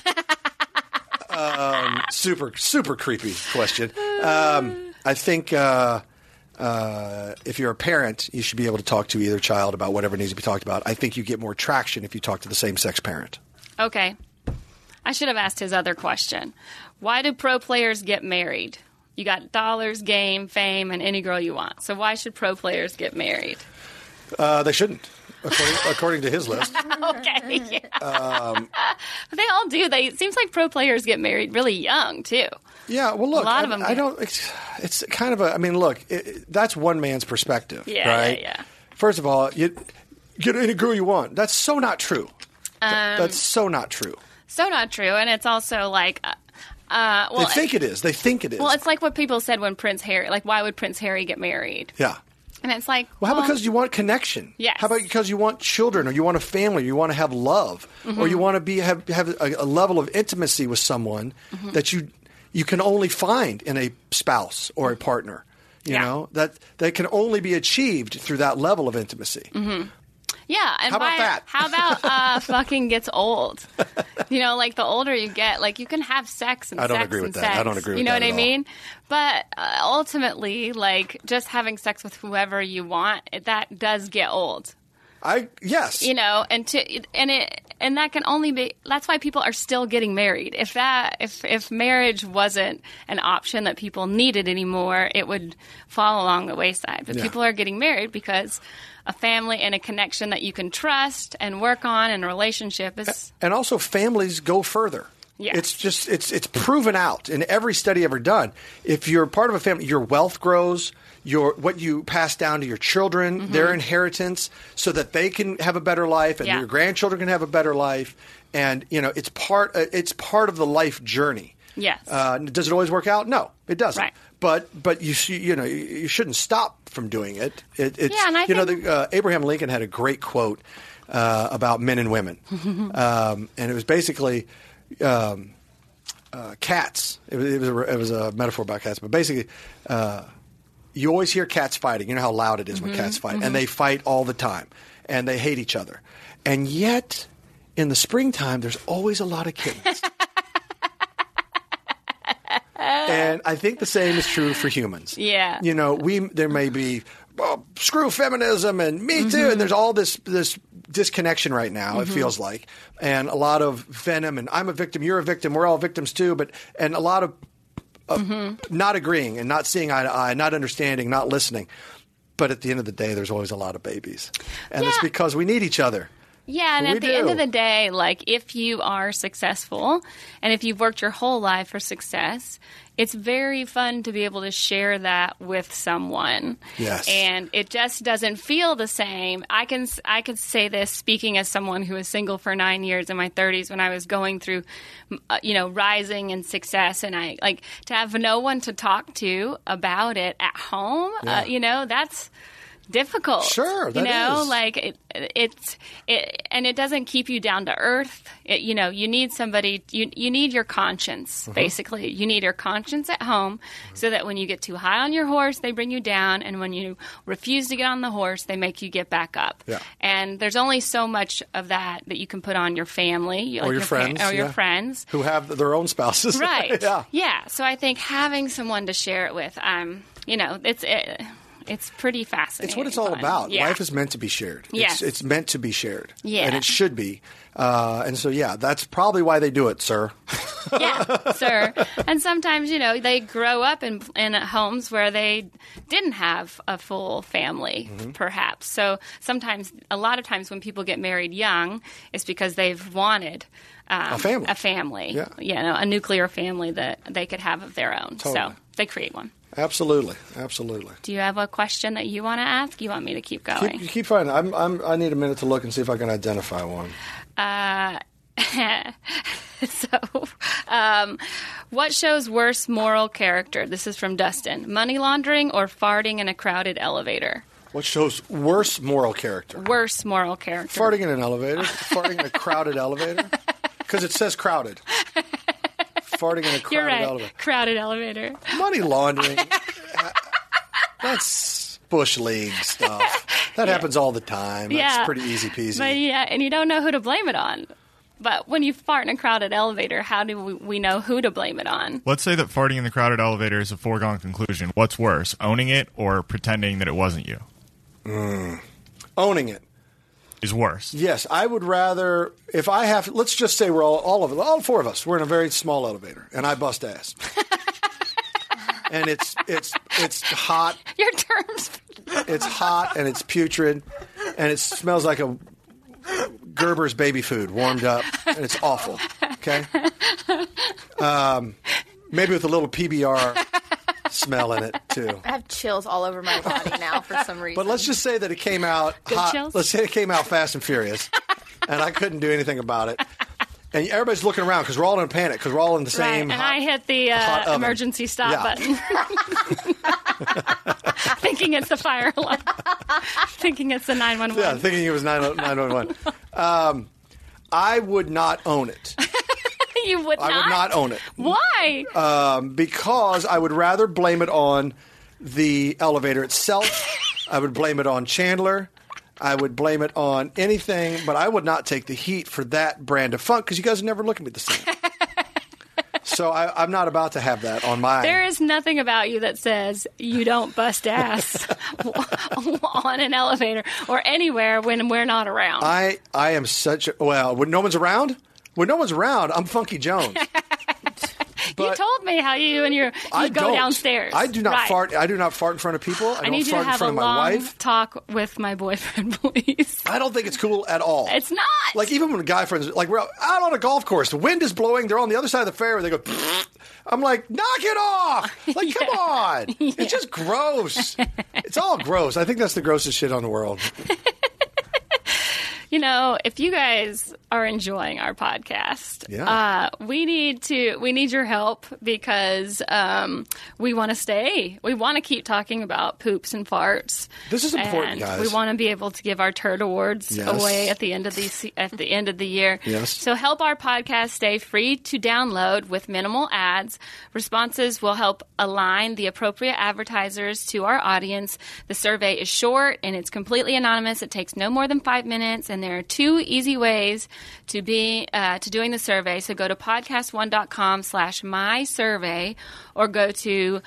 S2: um, super super creepy question. Um, I think uh, uh, if you're a parent, you should be able to talk to either child about whatever needs to be talked about. I think you get more traction if you talk to the same sex parent.
S1: Okay. I should have asked his other question. Why do pro players get married? You got dollars, game, fame, and any girl you want. So why should pro players get married?
S2: Uh, they shouldn't, according, according to his list.
S1: Okay. yeah.
S2: Um,
S1: they all do. They it seems like pro players get married really young too.
S2: Yeah, well, look,
S1: lot
S2: I,
S1: of 'em
S2: I
S1: do.
S2: don't. It's, it's kind of a. I mean, look, it, it- that's one man's perspective,
S1: Yeah, yeah,
S2: right?
S1: yeah.
S2: First of all, you get any girl you want. That's so not true.
S1: Um,
S2: That- that's so not true.
S1: So not true. And it's also like, uh, uh,
S2: They
S1: well,
S2: think it is. They think it is.
S1: well, it's like what people said when Prince Harry. Like, why would Prince Harry get married?
S2: yeah.
S1: And it's like,
S2: Well, how about because you want connection?
S1: Um, Yes.
S2: How about because you want children, or you want a family, or you want to have love, or
S1: Mm-hmm.
S2: you want to be have have a, a level of intimacy with someone
S1: Mm-hmm.
S2: that you you can only find in a spouse or a partner. You
S1: Mm-hmm. Yeah.
S2: know that that can only be achieved through that level of intimacy.
S1: Mm-hmm. Yeah, and
S2: How about
S1: why-
S2: that?
S1: How about uh, fucking gets old? You know, like the older you get, like you can have sex and
S2: I don't
S1: sex
S2: agree with
S1: and
S2: that.
S1: sex.
S2: I don't agree with
S1: You know
S2: that
S1: what
S2: at
S1: I
S2: all.
S1: mean? But uh, ultimately, like just having sex with whoever you want, it- that does get old.
S2: I yes.
S1: You know, and to and it and that can only be. That's why people are still getting married. If that if if marriage wasn't an option that people needed anymore, it would fall along the wayside. But
S2: Yeah.
S1: people are getting married because a family and a connection that you can trust and work on, and a relationship is
S2: and also families go further.
S1: Yes.
S2: It's just it's it's proven out in every study ever done. If you're part of a family, your wealth grows, your what you pass down to your children,
S1: Mm-hmm.
S2: their inheritance, so that they can have a better life and
S1: Yeah.
S2: your grandchildren can have a better life. And you know, it's part uh, it's part of the life journey.
S1: Yes.
S2: Uh, does it always work out? No, it doesn't.
S1: Right.
S2: But but you see, you know, you, you shouldn't stop from doing it. it it's,
S1: Yeah, and I
S2: you know,
S1: think-
S2: the, uh, Abraham Lincoln had a great quote uh, about men and women, um, and it was basically um, uh, cats. It was, it, was a, it was a metaphor about cats, but basically, uh, you always hear cats fighting. You know how loud it is when cats fight, and they fight all the time, and they hate each other, and yet. In the springtime, there's always a lot of kittens. and I think the same is true for humans.
S1: Yeah.
S2: You know, we there may be well, screw feminism and me too, and there's all this this disconnection right now. It feels like, and a lot of venom and I'm a victim, you're a victim, we're all victims too. But and a lot of of not agreeing and not seeing eye to eye, not understanding, not listening. But at the end of the day, there's always a lot of babies, and it's
S1: Yeah.
S2: because we need each other.
S1: Yeah, and
S2: We
S1: at the end
S2: do.
S1: of the day, like if you are successful and if you've worked your whole life for success, it's very fun to be able to share that with someone.
S2: Yes.
S1: And it just doesn't feel the same. I can s- I could say this speaking as someone who was single for 9 years in my 30s when I was going through m- uh, you know, rising in success and I like to have no one to talk to about it at home,
S2: Yeah.
S1: uh, you know, that's difficult.
S2: Sure, that
S1: you know,
S2: is.
S1: like it, it's it, and it doesn't keep you down to earth. It, you know, you need somebody. You you need your
S2: Mm-hmm.
S1: conscience basically. You need your conscience at home so that when you get too high on your horse, they bring you down, and when you refuse to get on the horse, they make you get back up.
S2: Yeah.
S1: And there's only so much of that that you can put on your family
S2: or your,
S1: par-
S2: friends,
S1: or your
S2: yeah,
S1: friends.
S2: who have their own spouses,
S1: Right.
S2: yeah.
S1: So I think having someone to share it with, um, you know, it's it, It's pretty fascinating.
S2: It's what it's all
S1: fun.
S2: about.
S1: Yeah.
S2: Life is meant to be shared.
S1: Yes.
S2: It's, it's meant to be shared.
S1: Yeah.
S2: And it should be. Uh, and so, yeah, that's probably why they do it, sir.
S1: Uh, yeah, sir. And sometimes you know they grow up in in homes where they didn't have a full family,
S2: Mm-hmm.
S1: perhaps. So sometimes, a lot of times, when people get married young, it's because they've wanted um,
S2: A family.
S1: a family,
S2: Yeah.
S1: you know, a nuclear family that they could have of their own.
S2: Totally.
S1: So they create one.
S2: Absolutely. Absolutely.
S1: Do you have a question that you want to ask? You want me to keep going?
S2: Keep, keep finding. I'm, I'm, I need a minute to look and see if I can identify one.
S1: so, um, what shows worse moral character? This is from Dustin. Money laundering or farting in a crowded elevator?
S2: What shows worse moral character?
S1: Worse moral character.
S2: Farting in an elevator? farting in a crowded elevator? Because it says crowded. Farting in a crowded
S1: You're right.
S2: elevator.
S1: Crowded elevator.
S2: Money laundering. uh, that's Bush League stuff. That happens all the time.
S1: Yeah.
S2: That's pretty easy peasy.
S1: But yeah, and you don't know who to blame it on. But when you fart in a crowded elevator, how do we, we know who to blame it on?
S4: Let's say that farting in the crowded elevator is a foregone conclusion. What's worse, owning it or pretending that it wasn't you?
S2: Owning it.
S4: Is worse.
S2: Yes, I would rather if I have. Let's just say we're all all of all four of us. We're in a very small elevator, and I bust ass. and it's it's it's hot.
S1: Your terms.
S2: It's hot and it's putrid, and it smells like a Gerber's baby food warmed up, and it's awful. Okay. Um, maybe with a little PBR smell in it too.
S3: I have chills all over my body now for some reason.
S2: But let's just say that it came out hot.
S1: chills?
S2: Let's say it came out fast and furious, and I couldn't do anything about it. And everybody's looking around because we're all in a panic because we're all in the
S1: Right.
S2: same.
S1: And
S2: hot-
S1: I hit the
S2: hot
S1: uh,
S2: oven.
S1: emergency stop
S2: Yeah.
S1: button. thinking it's the fire alarm. thinking it's the 911.
S2: yeah, thinking it was nine one one. Um, I would not own it.
S1: you would
S2: I
S1: not.
S2: would not own it
S1: Why?
S2: um, because I would rather blame it on the elevator itself. I would blame it on Chandler. I would blame it on anything, but I would not take the heat for that brand of funk because you guys never look at me the same. so I, I'm not about to have that on my.
S1: there is nothing about you that says you don't bust ass on an elevator or anywhere when we're not around.
S2: I I am such a, well when no one's around. When no one's around, I'm Funky Jones.
S1: you
S2: but-
S1: told me how you and your you
S2: I
S1: go
S2: don't.
S1: downstairs.
S2: I do not
S1: Right.
S2: fart. I do not fart in front of people. I,
S1: I
S2: don't
S1: need you
S2: fart
S1: to
S2: in
S1: have a
S2: front of my
S1: long
S2: wife.
S1: talk with my boyfriend, please.
S2: I don't think it's cool at all.
S1: It's not.
S2: Like even when guy friends, like we're out on a golf course, the wind is blowing. They're on the other side of the fairway. They go. "Pfft." I'm like, knock it off! Like, come on! It's just gross. it's all gross. I think that's the grossest shit on the world.
S1: You know, if you guys are enjoying our podcast,
S2: Yeah.
S1: uh, we need to we need your help because um, we want to stay. We want to keep talking about poops and farts.
S2: This is important,
S1: and
S2: guys.
S1: We want to be able to give our turd awards
S2: Yes.
S1: away at the end of the se- at the end of the year.
S2: Yes.
S1: So help our podcast stay free to download with minimal ads. Responses will help align the appropriate advertisers to our audience. The survey is short and it's completely anonymous. It takes no more than five minutes, and there are two easy ways to be uh, to doing the survey. So go to podcastone.com slash my survey or go to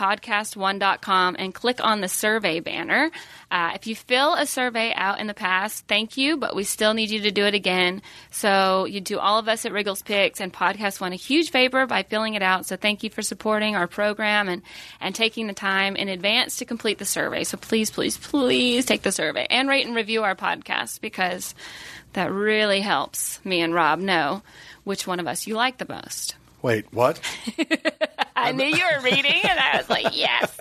S1: www.podcastone.com and click on the survey banner. Uh, if you fill a survey out in the past, thank you, but we still need you to do it again. So you do all of us at Wriggles Picks and Podcast One a huge favor by filling it out. So thank you for supporting our program and, and taking the time in advance to complete the survey. So please, please, please take the survey and rate and review our podcast because that really helps me and Rob know which one of us you like the most.
S2: Wait, what?
S1: I knew you were reading, and I was like, yes,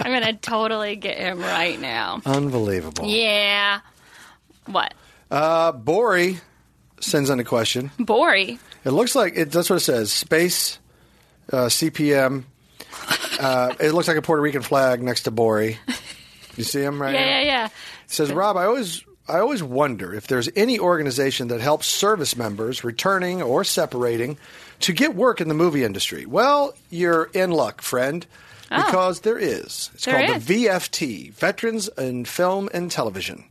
S1: I'm going to totally get him right now.
S2: Unbelievable.
S1: Yeah. What?
S2: Uh, Bori sends in a question.
S1: Bori.
S2: It looks like it. That's what it says. Space uh, CPM. Uh, it looks like a Puerto Rican flag next to Bori. You see him right
S1: Yeah,
S2: now?
S1: yeah, yeah.
S2: says Rob, I always I always wonder if there's any organization that helps service members returning or separating to get work in the movie industry. Well, you're in luck, friend, because there is. It's
S1: Ah. There
S2: called
S1: is.
S2: the VFT, E Veterans in Film and Television.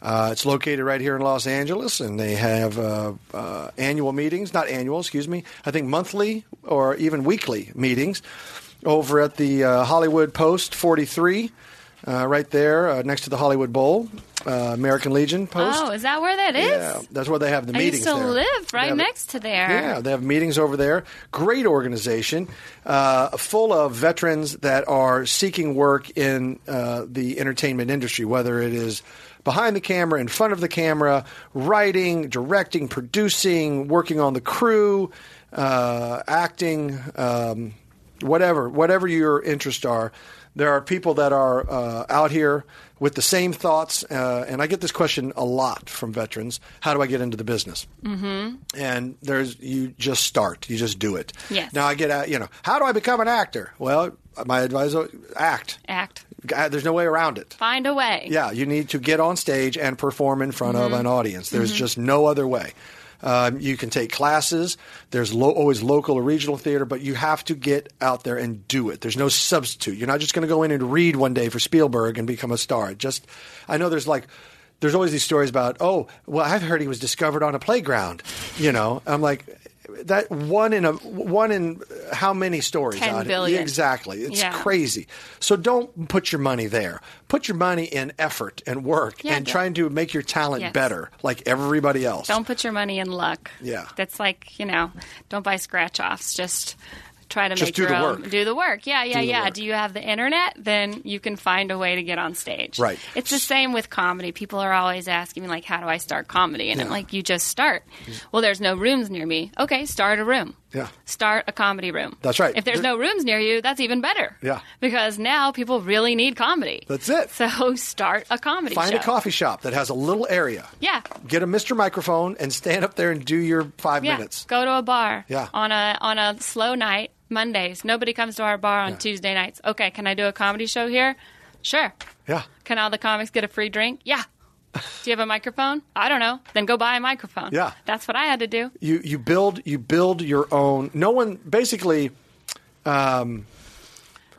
S2: Uh, it's located right here in Los Angeles, and they have uh, uh, annual meetings, not annual, excuse me, I think monthly or even weekly meetings over at the uh, Hollywood Post 43, uh, right there uh, next to the Hollywood Bowl, uh, American Legion Post.
S1: Oh, is that where that is?
S2: Yeah, that's where they have the
S1: I
S2: meetings.
S1: used to
S2: there.
S1: live
S2: They
S1: right
S2: have-
S1: next to there.
S2: Yeah, they have meetings over there. Great organization, uh, full of veterans that are seeking work in uh, the entertainment industry, whether it is behind the camera, in front of the camera, writing, directing, producing, working on the crew, uh, acting, um, whatever, whatever your interests are. There are people that are uh, out here with the same thoughts, uh, and I get this question a lot from veterans. How do I get into the business? and there's you just start you just do it
S1: Yes.
S2: now i get out you know how do i become an actor well my advice is act
S1: Act.
S2: Uh, there's no way around it
S1: Find a way.
S2: yeah you need to get on stage and perform in front
S1: Mm-hmm.
S2: of an audience there's just no other way um, you can take classes there's lo- always local or regional theater but you have to get out there and do it there's no substitute you're not just going to go in and read one day for spielberg and become a star It just i know there's like there's always these stories about, oh, well, I've heard he was discovered on a playground. You know, I'm like, that one in a one in how many stories?
S1: 10
S2: out here?
S1: billion.
S2: Exactly, it's
S1: Yeah.
S2: crazy. So don't put your money there. Put your money in effort and work
S1: Yeah,
S2: and
S1: yeah.
S2: trying to make your talent
S1: Yes.
S2: better, like everybody else.
S1: Don't put your money in luck.
S2: Yeah.
S1: That's like, you know, don't buy scratch offs. Just try to
S2: Just
S1: make
S2: do
S1: your
S2: the
S1: own
S2: work.
S1: do the work. Yeah, yeah,
S2: Do the
S1: yeah.
S2: work.
S1: Do you have the internet? Then you can find a way to get on stage.
S2: Right.
S1: It's the same with comedy. People are always asking me like, how do I start comedy? And I'm
S2: Yeah.
S1: like, you just start. Well, there's no rooms near me. Okay, start a room.
S2: Yeah.
S1: Start a comedy room.
S2: That's right.
S1: If there's
S2: There-
S1: no rooms near you, that's even better.
S2: Yeah.
S1: Because now people really need comedy.
S2: That's it.
S1: So start a comedy
S2: Find a
S1: show.
S2: coffee shop that has a little area.
S1: Yeah.
S2: Get a Mr. Microphone and stand up there and do your five
S1: Yeah,
S2: minutes.
S1: go to a bar.
S2: Yeah.
S1: On a on a slow night, Mondays. Nobody comes to our bar on
S2: Yeah.
S1: Tuesday nights. Okay, can I do a comedy show here? Sure.
S2: Yeah.
S1: Can all the comics get a free drink? Yeah. Do you have a microphone? I don't know. Then go buy a microphone.
S2: Yeah.
S1: That's what I had to do.
S2: you you build you build your own. No one basically.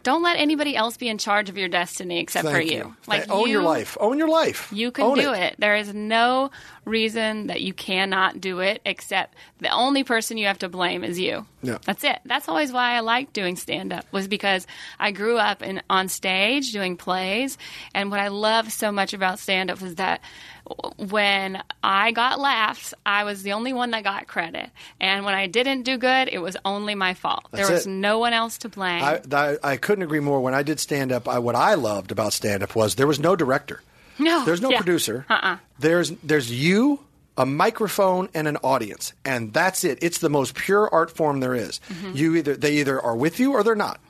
S1: Don't let anybody else be in charge of your destiny except for
S2: Thank
S1: you.
S2: you. own your
S1: you-
S2: life. Own your life.
S1: You can
S2: Own
S1: do it. There is no reason that you cannot do it except the only person you have to blame is you.
S2: Yeah.
S1: That's it. That's always why I liked doing stand up was because I grew up in on stage doing plays and what I love so much about stand up was that w- when I got laughs, I was the only one that got credit. And when I didn't do good, it was only my fault.
S2: That's
S1: there was
S2: it.
S1: no one else to blame.
S2: I, I, I couldn't agree more. When I did stand up, I, what I loved about stand up was there was no director.
S1: No,
S2: There's no
S1: Oh, yeah.
S2: producer. Uh-uh. There's there's you, a microphone, and an audience, and that's it. It's the most pure art form there is. You either they either are with you or they're not.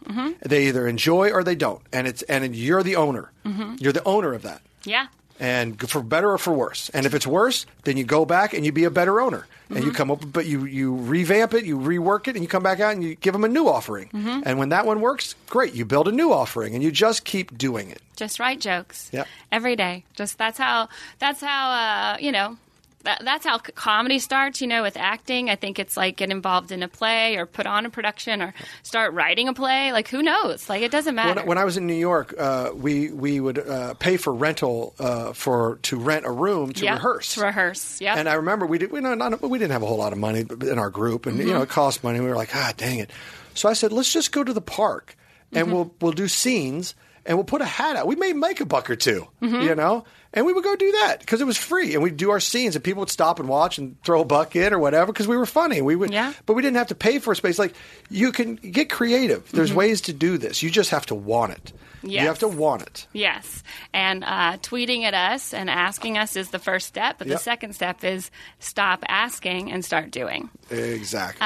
S2: They either enjoy or they don't, and it's and you're the owner. You're the owner of that
S1: yeah.
S2: and g- for better or for worse. And if it's worse, then you go back and you be a better owner, and you come up, but you you revamp it, you rework it, and you come back out and you give them a new offering. And when that one works, great, you build a new offering, and you just keep doing it.
S1: just write jokes
S2: Yep.
S1: every day just that's how that's how uh, you know that, that's how c- comedy starts you know with acting i think it's like get involved in a play or put on a production or start writing a play like who knows like it doesn't matter
S2: When, when I was in New York, uh, we we would uh, pay for rental uh, for to rent a room to
S1: Yeah,
S2: rehearse.
S1: to rehearse yeah
S2: And I remember we did we, no, not, we didn't have a whole lot of money in our group, and you know it
S1: Mm-hmm.
S2: cost money. We were like, ah, dang it. So I said, let's just go to the park, and
S1: Mm-hmm.
S2: we'll we'll do scenes, and we'll put a hat out. We may make a buck or 2
S1: Mm-hmm.
S2: you know, and we would go do that because it was free, and we'd do our scenes, and people would stop and watch and throw a buck in or whatever because we were funny. We would,
S1: Yeah.
S2: but we didn't have to pay for a space. Like you can get creative. There's ways to do this. You just have to want it. You
S1: Mm-hmm. Yes.
S2: have to want it.
S1: Yes. And uh, tweeting at us and asking us is the first step, but
S2: Yep.
S1: the second step is stop asking and start doing.
S2: Exactly.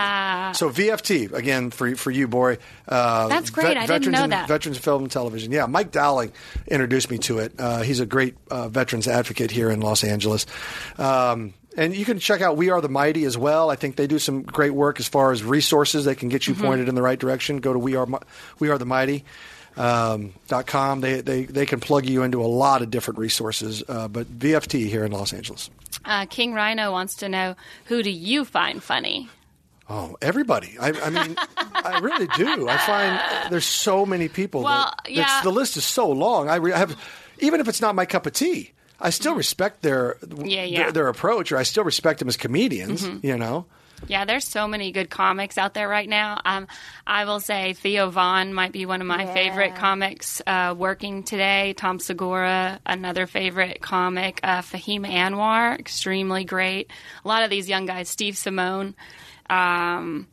S2: so VFT again for for you, Bori. Uh,
S1: Ah. That's great. I didn't
S2: veterans
S1: know
S2: and-
S1: that.
S2: Veterans Film and Television. Yeah, Mike Dowling introduced me to it. Uh, he's a great uh, veterans advocate here in Los Angeles. Um, and you can check out We Are the Mighty as well. I think they do some great work as far as resources that can get
S1: Mm-hmm.
S2: you pointed in the right direction. Go to We Are Mi- We Are the Mighty. Um, dot com. They, they they can plug you into a lot of different resources, uh, but VFT here in Los Angeles.
S1: Uh, King Rhino wants to know who do you find funny?
S2: Oh, everybody. I, I mean, I really do. I find there's so many people.
S1: Well,
S2: that,
S1: yeah.
S2: The list is so long. I, re- I have, even if it's not my cup of tea, I still respect their,
S1: Mm-hmm. Yeah, yeah. Mm-hmm.
S2: their their approach, or I still respect them as comedians. You know,
S1: Yeah, there's so many good comics out there right now. Um, I will say Theo Vaughn might be one of my
S3: Yeah.
S1: favorite comics uh, working today. Tom Segura, another favorite comic. Uh, Fahim Anwar, extremely great. A lot of these young guys. Steve Simone. Um,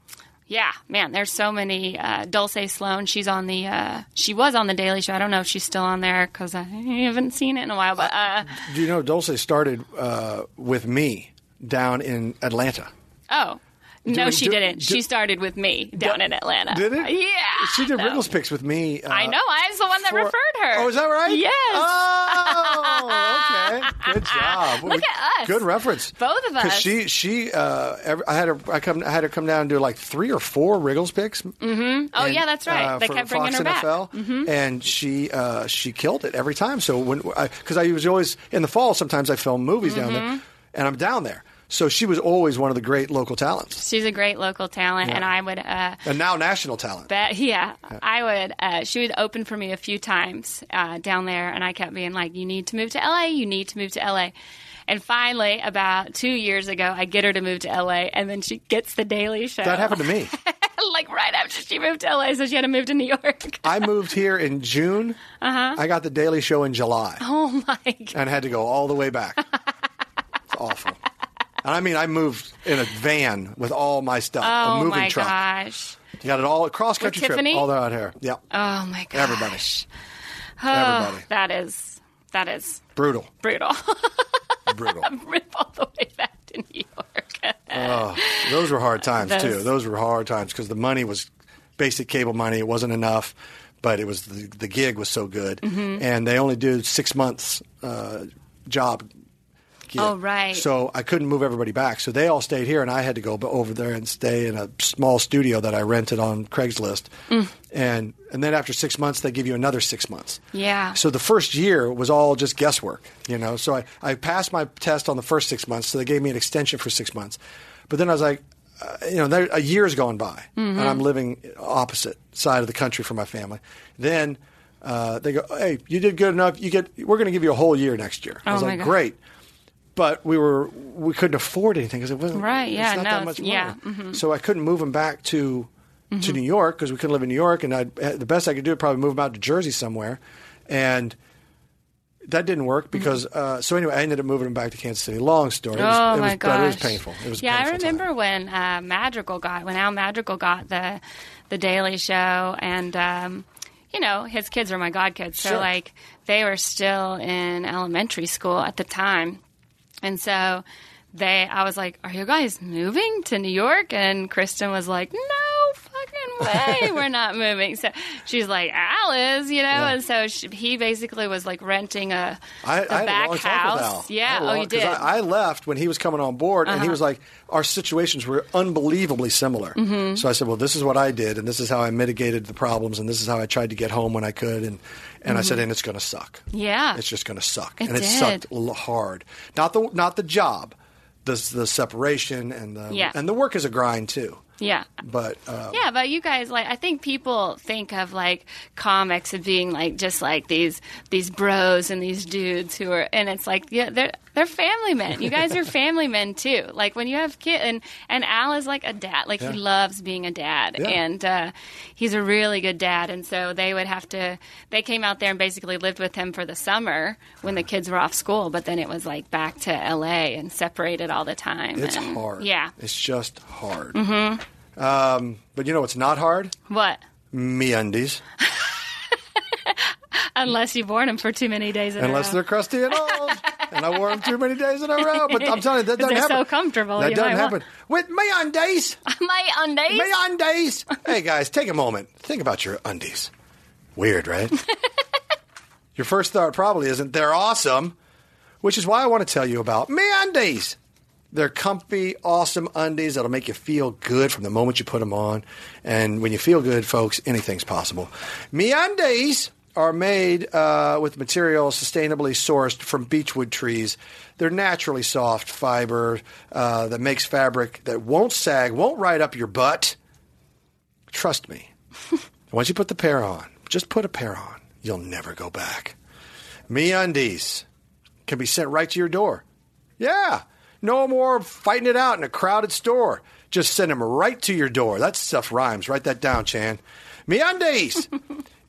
S1: yeah, man, there's so many. Uh, Dulce Sloan, she's on the. Uh, she was on the Daily Show. I don't know if she's still on there because I haven't seen it in a while. But uh,
S2: do you know Dulce started uh, with me down in Atlanta.
S1: oh. No,
S2: Do-
S1: she
S2: do-
S1: didn't.
S2: do-
S1: she started with me down in Atlanta.
S2: Did it?
S1: Uh, Yeah.
S2: She did
S1: So-
S2: Riddles picks with me. Uh,
S1: I know. I was the one that
S2: for-
S1: referred her.
S2: Oh, is that right? Uh,
S1: Yes.
S2: Oh, okay. Good job.
S1: Look at us.
S2: Good reference.
S1: Both of
S2: Because
S1: us.
S2: she she uh, ev- I had her I come I had her come down and do like three or four Wriggles picks. Mm-hmm.
S1: Oh, yeah, that's right. They
S2: for
S1: kept bringing
S2: Fox
S1: her back. Mm-hmm.
S2: NFL, and she uh, she killed it every time. So when because I, was always in the fall, sometimes I film movies down
S1: Mm-hmm.
S2: there, and I'm down there. So she was always one of the great local talents,
S1: She's a great local talent, and I would uh,
S2: and now national talent.
S1: bet. Yeah, I would. Uh, she would open for me a few times uh, down there, and I kept being like, "You need to move to LA. You need to move to LA." And finally, about two years ago, I get her to move to LA, and then she gets the Daily Show.
S2: That happened to me.
S1: like right after she moved to LA, so she had to move to New York.
S2: I moved here in June. I got the Daily Show in July.
S1: Uh-huh. oh my god!
S2: and had to go all the way back. it's awful. And I mean, I moved in a van with all my stuff, a
S1: Oh
S2: moving
S1: my
S2: truck.
S1: gosh!
S2: You got it all cross country
S1: With
S2: trip,
S1: Tiffany?
S2: all that out here. Yeah,
S1: Oh my gosh!
S2: everybody,
S1: Oh,
S2: everybody.
S1: that is that is
S2: brutal,
S1: brutal.
S2: brutal.
S1: rip all the way back to New York.
S2: Oh, those were hard times
S1: Those-
S2: too. Those were hard times because the money was basic cable money. It wasn't enough, but it was the, the gig was so good,
S1: Mm-hmm.
S2: and they only do six months uh, job. Gig.
S1: Oh, right.
S2: So I couldn't move everybody back, so they all stayed here, and I had to go b- over there and stay in a small studio that I rented on Craigslist,
S1: Mm.
S2: and and then after six months they give you another six months.
S1: Yeah.
S2: So the first year was all just guesswork, you know. So I, I passed my test on the first six months, so they gave me an extension for six months. But then I was like, uh, you know, there, a year's gone by,
S1: Mm-hmm.
S2: and I'm living opposite side of the country from my family. Then uh, they go, hey, you did good enough. You get, we're going to give you a whole year next year. I
S1: Oh,
S2: was
S1: my
S2: like,
S1: God.
S2: great. But we were we couldn't afford anything because it wasn't
S1: Right, yeah,
S2: It's not
S1: no,
S2: that
S1: it's-
S2: much money.
S1: yeah, mm-hmm.
S2: So I couldn't move them back to to New York because we couldn't live in New York, and I'd, eh, the best I could do would probably move them out to Jersey somewhere, and that didn't
S1: Mm-hmm.
S2: work because. Uh, so anyway, I ended up moving them back to Kansas City. Long story. It was,
S1: oh
S2: it was,
S1: my gosh!
S2: But it was painful. It was a
S1: yeah, I
S2: painful time.
S1: remember when uh, Madrigal got when Al Madrigal got the the Daily Show, and um, you know his kids were my god kids, so
S2: Sure.
S1: like they were still in elementary school at the time, and so. They, I was like, "Are you guys moving to New York?" And Kristen was like, "No fucking way, we're not moving." So she's like, "Alice," you know,
S2: Yeah.
S1: and so she, he basically was like renting a
S2: I,
S1: the
S2: I had
S1: back
S2: a long talk
S1: house.
S2: with Al. I
S1: Yeah,
S2: had a
S1: oh,
S2: long-
S1: you
S2: 'cause
S1: did. Uh-huh.
S2: I, I left when he was coming on board, and he was like, "Our situations were unbelievably similar."
S1: Mm-hmm.
S2: So I said, "Well, this is what I did, and this is how I mitigated the problems, and this is how I tried to get home when I could." And and I said, "And it's going to suck.
S1: Yeah.
S2: it's just going to suck,
S1: Mm-hmm. It
S2: and it
S1: did.
S2: sucked l- hard. Not the not the job, the the separation, and the
S1: Yeah.
S2: and the work is a grind too.
S1: yeah.
S2: But uh,
S1: Yeah, but you guys like I think people think of like comics as being like just like these these bros and these dudes who are and it's like yeah they're they're family men. You guys are family men too. Like when you have kids and and Al is like a dad. Like
S2: Yeah.
S1: he loves being a dad
S2: Yeah.
S1: and uh, he's a really good dad. And so they would have to they came out there and basically lived with him for the summer when the kids were off school. But then it was like back to L.A. and separated all the time.
S2: it's
S1: and-
S2: hard.
S1: Uh, Yeah. Mm-hmm.
S2: it's just hard. Um, but you know what's not hard?
S1: What?
S2: Me undies.
S1: Unless you board them for too many days. In
S2: unless
S1: a row.
S2: they're crusty and old. and I wore them too many days in a row. But I'm telling you, that doesn't
S1: They're
S2: happen.
S1: so comfortable,
S2: That
S1: you
S2: doesn't
S1: might
S2: happen with my undies.
S1: my undies.
S2: My undies. hey guys, take a moment. Think about your undies. Weird, right? your first thought probably isn't they're awesome, which is why I want to tell you about me undies. They're comfy, awesome undies that'll make you feel good from the moment you put them on. And when you feel good, folks, anything's possible. Me undies are made uh, with materials sustainably sourced from beechwood trees. They're naturally soft fiber uh, that makes fabric that won't sag, won't ride up your butt. Trust me. Once you put the pair on, just put a pair on, you'll never go back. Me undies can be sent right to your door. Yeah. No more fighting it out in a crowded store. Just send them right to your door. That stuff rhymes. Write that down, Chan. Meandays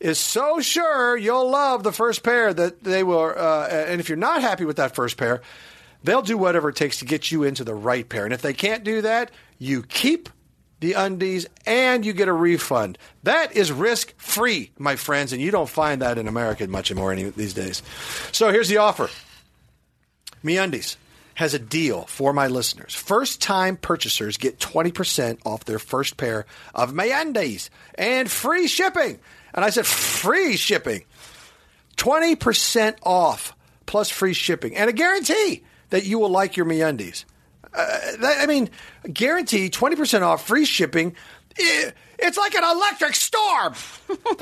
S2: is so sure you'll love the first pair that they will. Uh, and if you're not happy with that first pair, they'll do whatever it takes to get you into the right pair. And if they can't do that, you keep the undies and you get a refund. That is risk free, my friends, and you don't find that in America much anymore any, these days. So here's the offer. MeUndies has a deal for my listeners. First-time purchasers get 20% off their first pair of MeUndies and free shipping. And I said free shipping. 20% off plus free shipping and a guarantee that you will like your MeUndies. Uh, that, I mean, guarantee 20% off free shipping. I- It's like an electric storm.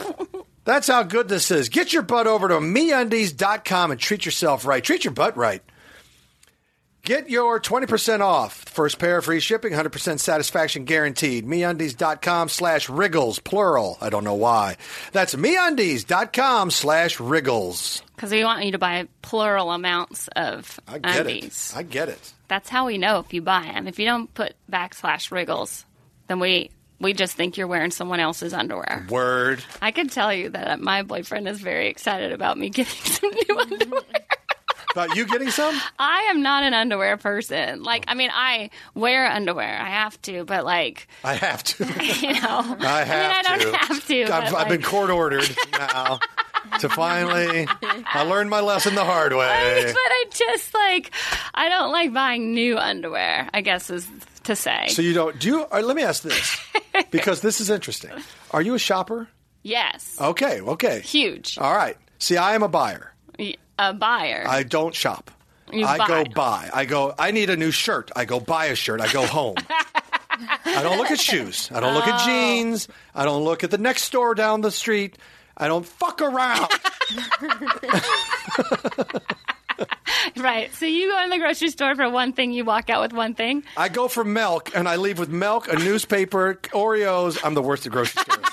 S2: That's how good this is. Get your butt over to meundies.com and treat yourself right. Treat your butt right. Get your 20% off. First pair, free shipping, 100% satisfaction guaranteed. MeUndies.com slash wriggles, plural. I don't know why. That's MeUndies.com slash wriggles.
S1: Because we want you to buy plural amounts of
S2: I get
S1: undies.
S2: it. I get it.
S1: That's how we know if you buy them. If you don't put backslash wriggles, then we we just think you're wearing someone else's underwear.
S2: Word.
S1: I can tell you that uh, my boyfriend is very excited about me getting some new underwear.
S2: About you getting some?
S1: I am not an underwear person. Like, I mean, I wear underwear. I have to, but like,
S2: I have to.
S1: you know,
S2: I
S1: I
S2: have
S1: mean, I don't
S2: to.
S1: have to.
S2: I've,
S1: but,
S2: I've
S1: like,
S2: been court ordered now to finally. I learned my lesson the hard way.
S1: but I just like I don't like buying new underwear. I guess is to say.
S2: So you don't do? You, all right, let me ask this because this is interesting. Are you a shopper?
S1: yes,
S2: Okay, okay.
S1: huge.
S2: All right. See, I am a buyer.
S1: A buyer.
S2: Oh. I don't shop.
S1: You
S2: I go
S1: buy.
S2: buy. I go. I need a new shirt. I go buy a shirt. I go home. I don't look at shoes. I don't look
S1: Oh.
S2: at jeans. I don't look at the next store down the street. I don't fuck around.
S1: right. So you go in the grocery store for one thing, you walk out with one thing.
S2: I go for milk and I leave with milk, a newspaper, Oreos. I'm the worst at grocery stores.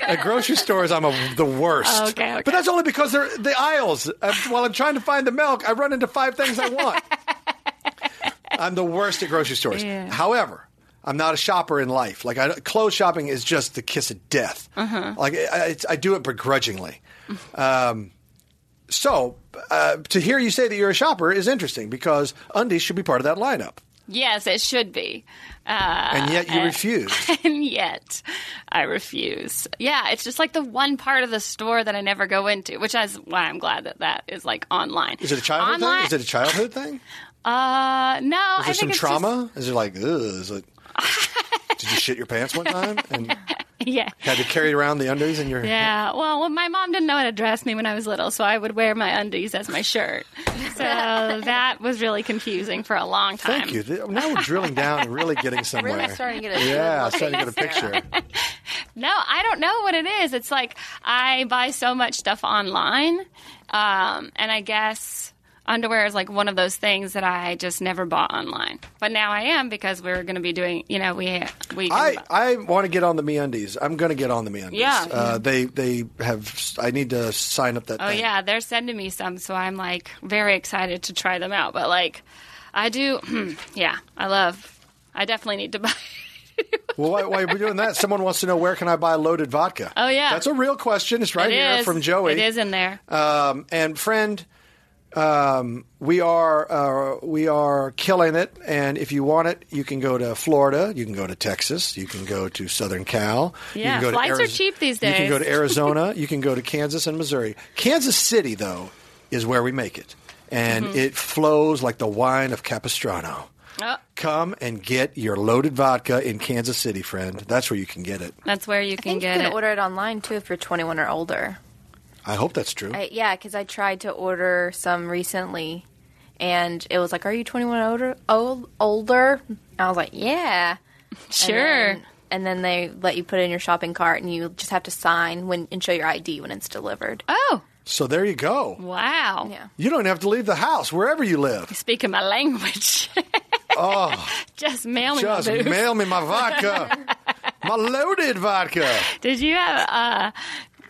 S2: At grocery stores, I'm a, the worst.
S1: Oh, Okay, okay.
S2: But that's only because they're the aisles. Uh, while I'm trying to find the milk, I run into five things I want. I'm the worst at grocery stores.
S1: Yeah.
S2: However, I'm not a shopper in life. Like I, clothes shopping is just the kiss of death.
S1: Uh-huh.
S2: Like I, I, it's- I do it begrudgingly. Um, so uh, to hear you say that you're a shopper is interesting because undies should be part of that lineup,
S1: Yes, it should be. Uh,
S2: and yet
S1: eh.
S2: you refuse.
S1: and yet I refuse. Yeah, it's just like the one part of the store that I never go into, which is why I'm glad that that is like online.
S2: Is it a childhood
S1: online,
S2: thing? Is it a childhood thing? Is
S1: uh, no, I
S2: there
S1: think
S2: some
S1: it's
S2: trauma? Is it like, ugh, is it? did you shit your pants one time and
S1: Just, yeah.
S2: had to carry around the undies in your?
S1: Yeah, well, well, my mom didn't know how to dress me when I was little, so I would wear my undies as my shirt. So that was really confusing for a long time.
S2: Thank you. Th- Now we're drilling down and really getting somewhere.
S3: Really starting to get a
S2: yeah, I'm starting to get a picture.
S1: No, I don't know what it is. It's like I buy so much stuff online, um, and I guess underwear is like one of those things that I just never bought online. But now I am because we're going to be doing. You know, we we.
S2: I, I want to get on the MeUndies. I'm going to get on the MeUndies.
S1: Yeah.
S2: Uh, they they have. I need to sign up that.
S1: oh
S2: thing.
S1: yeah, they're sending me some, so I'm like very excited to try them out. But like, I do. yeah, I love. I definitely need to buy.
S2: Well, why, why are we doing that? Someone wants to know where can I buy loaded vodka?
S1: Oh, yeah.
S2: That's a real question. It's right
S1: It
S2: here
S1: is-
S2: from Joey.
S1: It is in there.
S2: Um, and friend, um, we are uh, we are killing it. And if you want it, you can go to Florida, you can go to Texas, you can go to Southern Cal. you
S1: Yeah,
S2: can go
S1: flights
S2: to
S1: are cheap these
S2: You can go
S1: days.
S2: to Arizona, you can go to Kansas and Missouri. Kansas City, though, is where we make it, and
S1: Mm-hmm.
S2: it flows like the wine of Capistrano.
S1: Oh,
S2: Come and get your loaded vodka in Kansas City, friend. That's where you can get it.
S1: that's where you
S3: I
S1: can
S3: think you
S1: get
S3: can
S1: it.
S3: order it online too if you're 21 or older.
S2: I hope that's true.
S3: I, yeah, because I tried to order some recently, and it was like, "Are you 21 older?" Old, older? I was like, "Yeah." And
S1: sure.
S3: then- And then, they let you put it in your shopping cart, and you just have to sign when and show your ID when it's delivered.
S1: oh
S2: So there you go.
S1: wow.
S3: Yeah.
S2: You don't have to leave the house wherever you live.
S1: speaking my language. just mail me
S2: Oh. Just
S1: my booze.
S2: mail me my vodka, my loaded vodka.
S1: Did you have uh,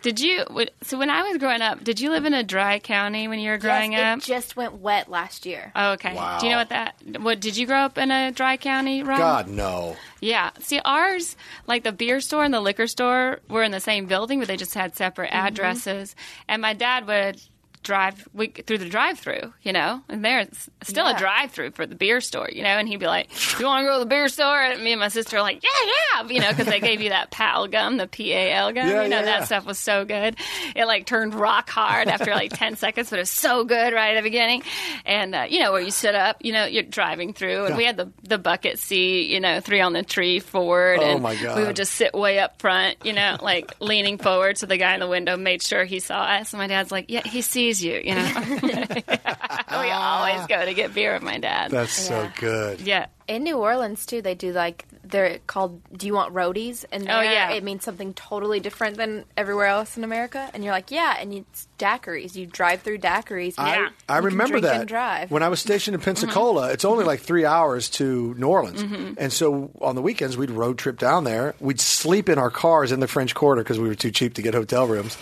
S1: Did you? would- So when I was growing up, did you live in a dry county when you were growing
S3: yes,
S1: up?
S3: it just went wet last year.
S2: Uh,
S1: oh, okay. Do you know what that? What did you grow up in a dry county?
S3: Um,
S1: Rob?
S2: God, no.
S1: Yeah. See, ours, like the beer store and the liquor store, were in the same building, but they just had separate
S2: Mm-hmm.
S1: addresses. And my dad would drive we, through the drive-through, you know, and there's still a
S3: Yeah.
S1: drive-through for the beer store, you know. And he'd be like, "Do you want to go to the beer store?" And me and my sister are like, "Yeah, yeah," you know, because they gave you that PAL gum, the P A L gum.
S2: Yeah,
S1: you know,
S2: yeah,
S1: that
S2: yeah.
S1: stuff was so good. It like turned rock hard after like ten seconds, but it was so good right at the beginning. And uh, you know where you sit up, you know, you're driving through, and we had the the bucket seat, you know, three on the tree forward,
S2: Oh,
S1: and
S2: my God.
S1: we would just sit way up front, you know, like leaning forward, so the guy in the window made sure he saw us. And my dad's like, "Yeah, he sees you," you know. we always go to get beer with my dad.
S2: That's so
S3: Yeah.
S2: good.
S1: yeah.
S3: In New Orleans too, they do like they're called "Do you want roadies?" And
S1: Oh,
S3: there
S1: yeah.
S3: it means something totally different than everywhere else in America. And you're like, yeah, and it's daiquiris. You drive through daiquiris. and
S1: Yeah.
S3: you
S2: I
S3: can
S2: remember
S3: drink
S2: that
S3: And drive. Mm-hmm.
S2: when I was stationed in Pensacola. It's only like three hours to New Orleans,
S3: Mm-hmm.
S2: and so on the weekends we'd road trip down there. We'd sleep in our cars in the French Quarter because we were too cheap to get hotel rooms.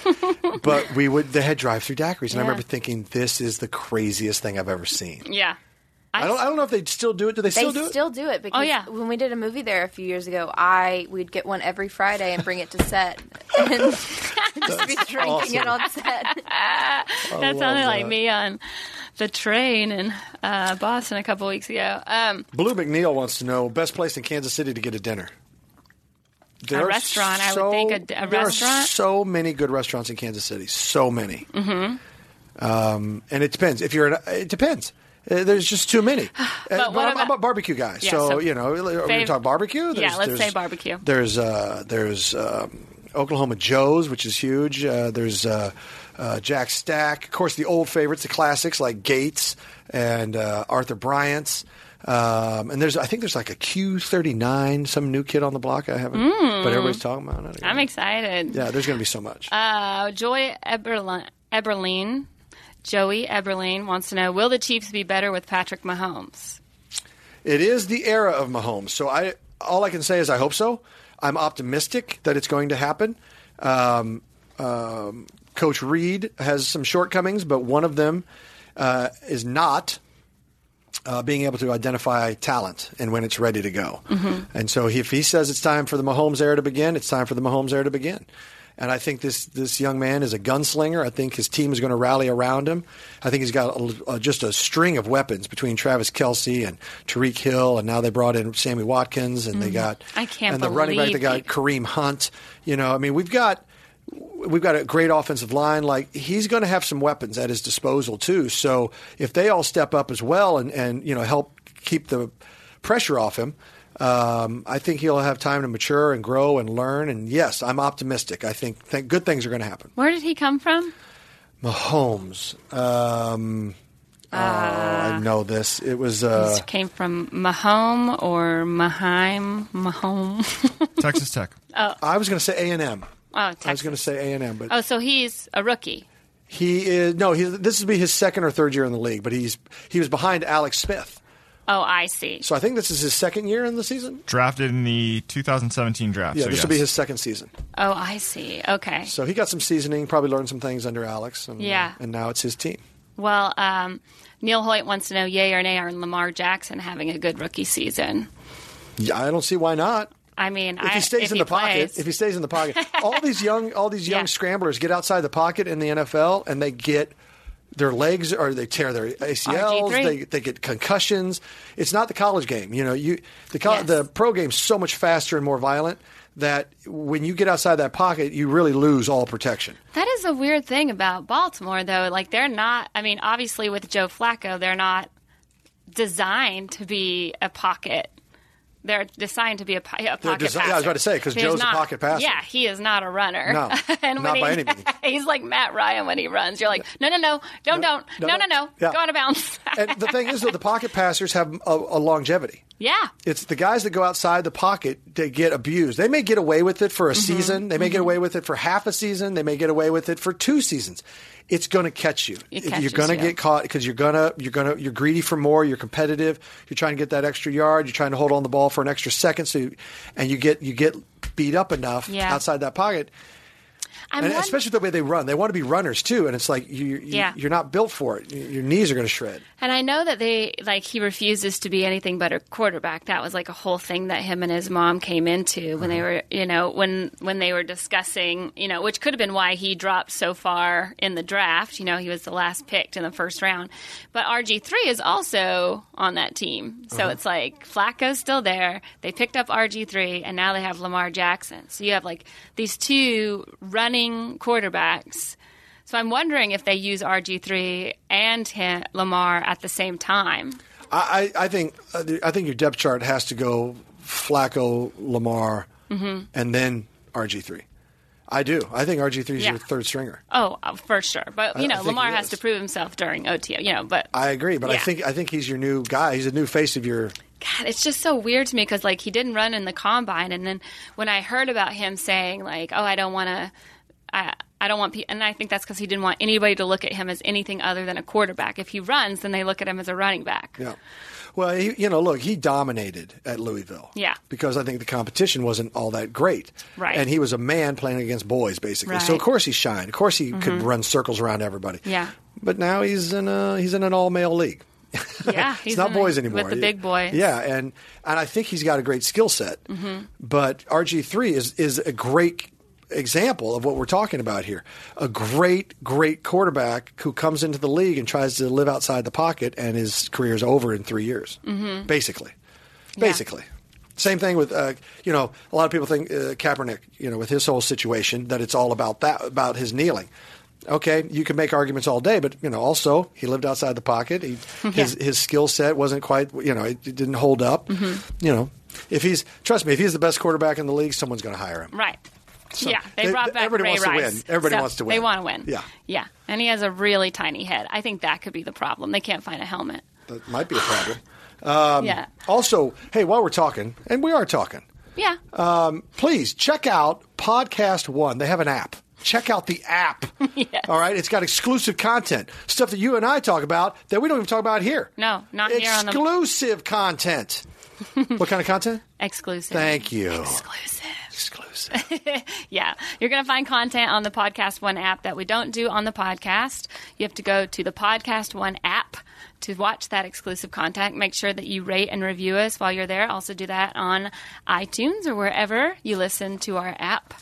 S2: but we would they had drive through daiquiris, and I
S3: Yeah.
S2: remember thinking this is the craziest thing I've ever seen.
S1: Yeah.
S2: I don't, I don't know if they still do it. Do they,
S3: they
S2: still do it?
S3: because
S1: yeah.
S3: when we did a movie there a few years ago, I we'd get one every Friday and bring it to set and just be drinking
S2: awesome.
S3: it on set.
S1: that sounded like
S2: that.
S1: me on the train in uh, Boston a couple weeks ago. Um,
S2: Blue McNeil wants to know best place in Kansas City to get a dinner. There
S1: A
S2: are
S1: restaurant, I would think, a d- a
S2: there Are
S1: restaurant?
S2: so many good restaurants in Kansas City. So many. Mm-hmm. Um, and it depends. If you're, an, it depends. Uh, There's just too many. Uh, but
S1: what
S2: I'm, I'm
S1: about-
S2: a barbecue guy,
S1: Yeah,
S2: so,
S1: so
S2: you know, are we
S1: fav-
S2: talk barbecue?
S1: Yeah, let's say
S2: there's-
S1: barbecue.
S2: There's uh, there's um, Oklahoma Joe's, which is huge. Uh, there's uh, uh, Jack Stack, of course, the old favorites, the classics like Gates and uh, Arthur Bryant's. Um, and there's, I think there's like a Q39, some new kid on the block. I haven't, but everybody's talking about it.
S1: I'm excited.
S2: yeah, there's going to be so much.
S1: Uh, Joy Eberlin, Eberlin, Joey Eberlin wants to know: Will the Chiefs be better with Patrick Mahomes?
S2: It is the era of Mahomes. So I all I can say is I hope so. I'm optimistic that it's going to happen. Um, um, Coach Reed has some shortcomings, but one of them uh, is not uh, being able to identify talent and when it's ready to go.
S1: Mm-hmm.
S2: And so if he says it's time for the Mahomes era to begin, it's time for the Mahomes era to begin. And I think this this young man is a gunslinger. I think his team is going to rally around him. I think he's got a, a- just a string of weapons between Travis Kelsey and Tariq Hill, and now they brought in Sammy Watkins, and they got
S1: Mm-hmm. I can't
S2: and the running back they
S1: believe
S2: got
S1: he-
S2: Kareem Hunt. You know, I mean, we've got we've got a great offensive line. Like he's going to have some weapons at his disposal too. So if they all step up as well and and you know help keep the pressure off him, um, I think he'll have time to mature and grow and learn. And yes, I'm optimistic. I think think good things are going to happen.
S1: Where did he come from?
S2: Mahomes. Um, oh,
S1: Ah.
S2: I know this. It was. Uh,
S1: This came from Mahome or Maheim Mahome.
S4: Texas Tech.
S2: I was going to say A and M.
S1: Oh,
S2: I was
S1: Texas.
S2: going to say A and M, but
S1: oh, so he's a rookie.
S2: He is no. He, this would be his second or third year in the league, but he's he was behind Alex Smith.
S1: Oh, I see.
S2: So I think this is his second year in the season.
S4: Drafted in the 2017 draft.
S2: Yeah,
S4: so
S2: this
S4: yes.
S2: will be his second season.
S1: Oh, I see. Okay.
S2: So he got some seasoning, probably learned some things under Alex. And,
S1: Yeah.
S2: and now it's his team.
S1: Well, um, Neil Hoyt wants to know: Yay or nay on Lamar Jackson having a good rookie season?
S2: Yeah, I don't see why not.
S1: I mean,
S2: If
S1: I,
S2: he stays in the pocket,
S1: plays-
S2: if he stays in the pocket, all these young all these young
S1: Yeah.
S2: scramblers get outside the pocket in the NFL and they get their legs or they tear their ACLs,
S1: RG3.
S2: they, they get concussions. It's not the college game, you know. You the co-
S1: Yes.
S2: the pro game's so much faster and more violent that when you get outside that pocket, you really lose all protection.
S1: That is a weird thing about Baltimore, though. Like, they're not, I mean, obviously with Joe Flacco, they're not designed to be a pocket. They're designed to be a, po- a pocket
S2: desi- yeah, I
S1: passer.
S2: was about to say, 'cause
S1: There's
S2: Joe's a
S1: not-
S2: pocket passer.
S1: Yeah, he is not a runner.
S2: No,
S1: and
S2: not
S1: when
S2: by
S1: he,
S2: any means.
S1: He's like Matt Ryan when he runs. You're like, no, no, no, don't, don't. No, no, no.
S2: Yeah.
S1: Go out of bounds.
S2: And the thing is that the pocket passers have a, a longevity.
S1: yeah.
S2: It's the guys that go outside the pocket that get abused. They may get away with it
S1: Mm-hmm.
S2: for a season. They may get away with it for half a season. They may get away with it for two seasons. It's going to catch you.
S1: It
S2: If you're
S1: catches
S2: going to
S1: you.
S2: get caught because you're going to you're going to you're greedy for more. You're competitive. You're trying to get that extra yard. You're trying to hold on the ball for an extra second. So, you, and you get you get beat up enough
S1: Yeah.
S2: outside that pocket.
S1: I'm
S2: and
S1: won-
S2: especially the way they run. They want to be runners too, and it's like you, you
S1: Yeah.
S2: you're not built for it. Your knees are going to shred.
S1: And I know that they like he refuses to be anything but a quarterback. That was like a whole thing that him and his mom came into when they were, you know, when when they were discussing, you know, which could have been why he dropped so far in the draft. You know, he was the last picked in the first round. But RG3 is also on that team. So it's like Flacco's still there. They picked up RG3 and now they have Lamar Jackson. So you have like these two running quarterbacks. So I'm wondering if they use RG3 and him, Lamar at the same time.
S2: I, I I think uh, I think your depth chart has to go Flacco, Lamar,
S1: Mm-hmm.
S2: and then RG three. I do. I think RG three is
S1: Yeah.
S2: your third stringer.
S1: Oh, uh, for sure. But
S2: I- I
S1: you know,
S2: think
S1: Lamar
S2: he
S1: has
S2: is.
S1: to prove himself during OTO. You know, but
S2: I agree, but I
S1: Yeah.
S2: think I think he's your new guy. He's a new face of your.
S1: God, it's just so weird to me because like he didn't run in the combine, and then when I heard about him saying like, "Oh, I don't want to," I I don't want, pe-, and I think that's because he didn't want anybody to look at him as anything other than a quarterback. If he runs, then they look at him as a running back.
S2: Yeah. Well, he, you know, look, he dominated at Louisville.
S1: Yeah.
S2: Because I think the competition wasn't all that great.
S1: Right.
S2: And he was a man playing against boys, basically. So of
S1: Right. Mm-hmm.
S2: course he shined. Of course he could run circles around everybody.
S1: Yeah.
S2: But now he's in a he's in an all male league.
S1: Yeah,
S2: it's not
S1: in the-
S2: boys anymore.
S1: with the big boys. Mm-hmm.
S2: Yeah, and and I think he's got a great skill set. But RG three is is a great example of what we're talking about here. A great, great quarterback who comes into the league and tries to live outside the pocket, and his career is over in three years,
S1: Mm-hmm.
S2: basically. Basically. Same thing with uh, you know a lot of people think uh, Kaepernick you know with his whole situation that it's all about that about his kneeling. Okay, you can make arguments all day, but you know also he lived outside the pocket. He, His his skill set wasn't quite you know it, it didn't hold up. You know if he's trust me if he's the best quarterback in the league, someone's going to hire him.
S1: Right. yeah, they,
S2: they-
S1: brought back
S2: everybody
S1: Ray
S2: wants to
S1: Rice.
S2: win. Everybody wants to
S1: They
S2: win.
S1: want to win.
S2: Yeah.
S1: yeah. And he has a really tiny head. I think that could be the problem. They can't find a helmet.
S2: That might be a problem. Um,
S1: yeah,
S2: also, hey, while we're talking, and we are talking,
S1: yeah.
S2: uh, please check out Podcast One. They have an app. Check out the app. All right, it's got exclusive content, stuff that you and I talk about that we don't even talk about here.
S1: No, not here on the-
S2: exclusive content. what kind of content?
S1: Exclusive.
S2: Thank you.
S1: Exclusive.
S2: Exclusive.
S1: Yeah. You're going to find content on the Podcast One app that we don't do on the podcast. You have to go to the Podcast One app to watch that exclusive content. Make sure that you rate and review us while you're there. Also, do that on iTunes or wherever you listen to our app.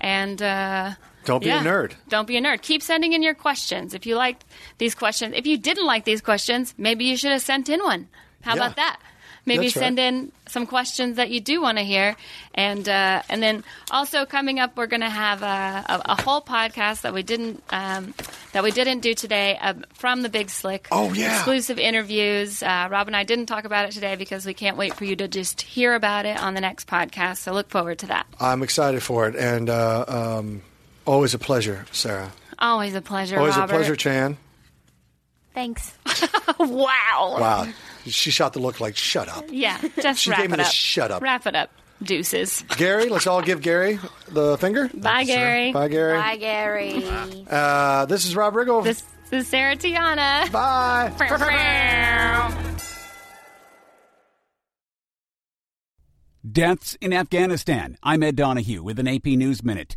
S1: And, uh,
S2: Don't be
S1: yeah.
S2: a nerd.
S1: Don't be a nerd. Keep sending in your questions. If you liked these questions, if you didn't like these questions, maybe you should have sent in one. How
S2: Yeah.
S1: about that? Maybe
S2: That's
S1: send
S2: right.
S1: in some questions that you do want to hear, and uh, and then also coming up, we're going to have a, a, a whole podcast that we didn't um, that we didn't do today um, from the Big Slick.
S2: Oh, yeah.
S1: exclusive interviews. Uh, Rob and I didn't talk about it today because we can't wait for you to just hear about it on the next podcast. So look forward to that.
S2: I'm excited for it, and uh, um, always a pleasure, Sarah.
S1: Always a pleasure.
S2: Always
S1: Robert.
S2: a pleasure, Chan.
S3: Thanks.
S1: Wow.
S2: Wow, she shot the look like shut up.
S1: Yeah, just
S2: She
S1: wrap
S2: gave me
S1: it
S2: the
S1: up.
S2: shut up.
S1: Wrap it up, deuces.
S2: Gary, let's all give Gary the finger.
S1: Bye, Gary.
S2: Bye, Gary.
S3: Bye, Gary.
S2: Uh, this is Rob Riggle.
S1: This is Sarah Tiana.
S2: Bye.
S5: Deaths in Afghanistan. I'm Ed Donahue with an AP News Minute.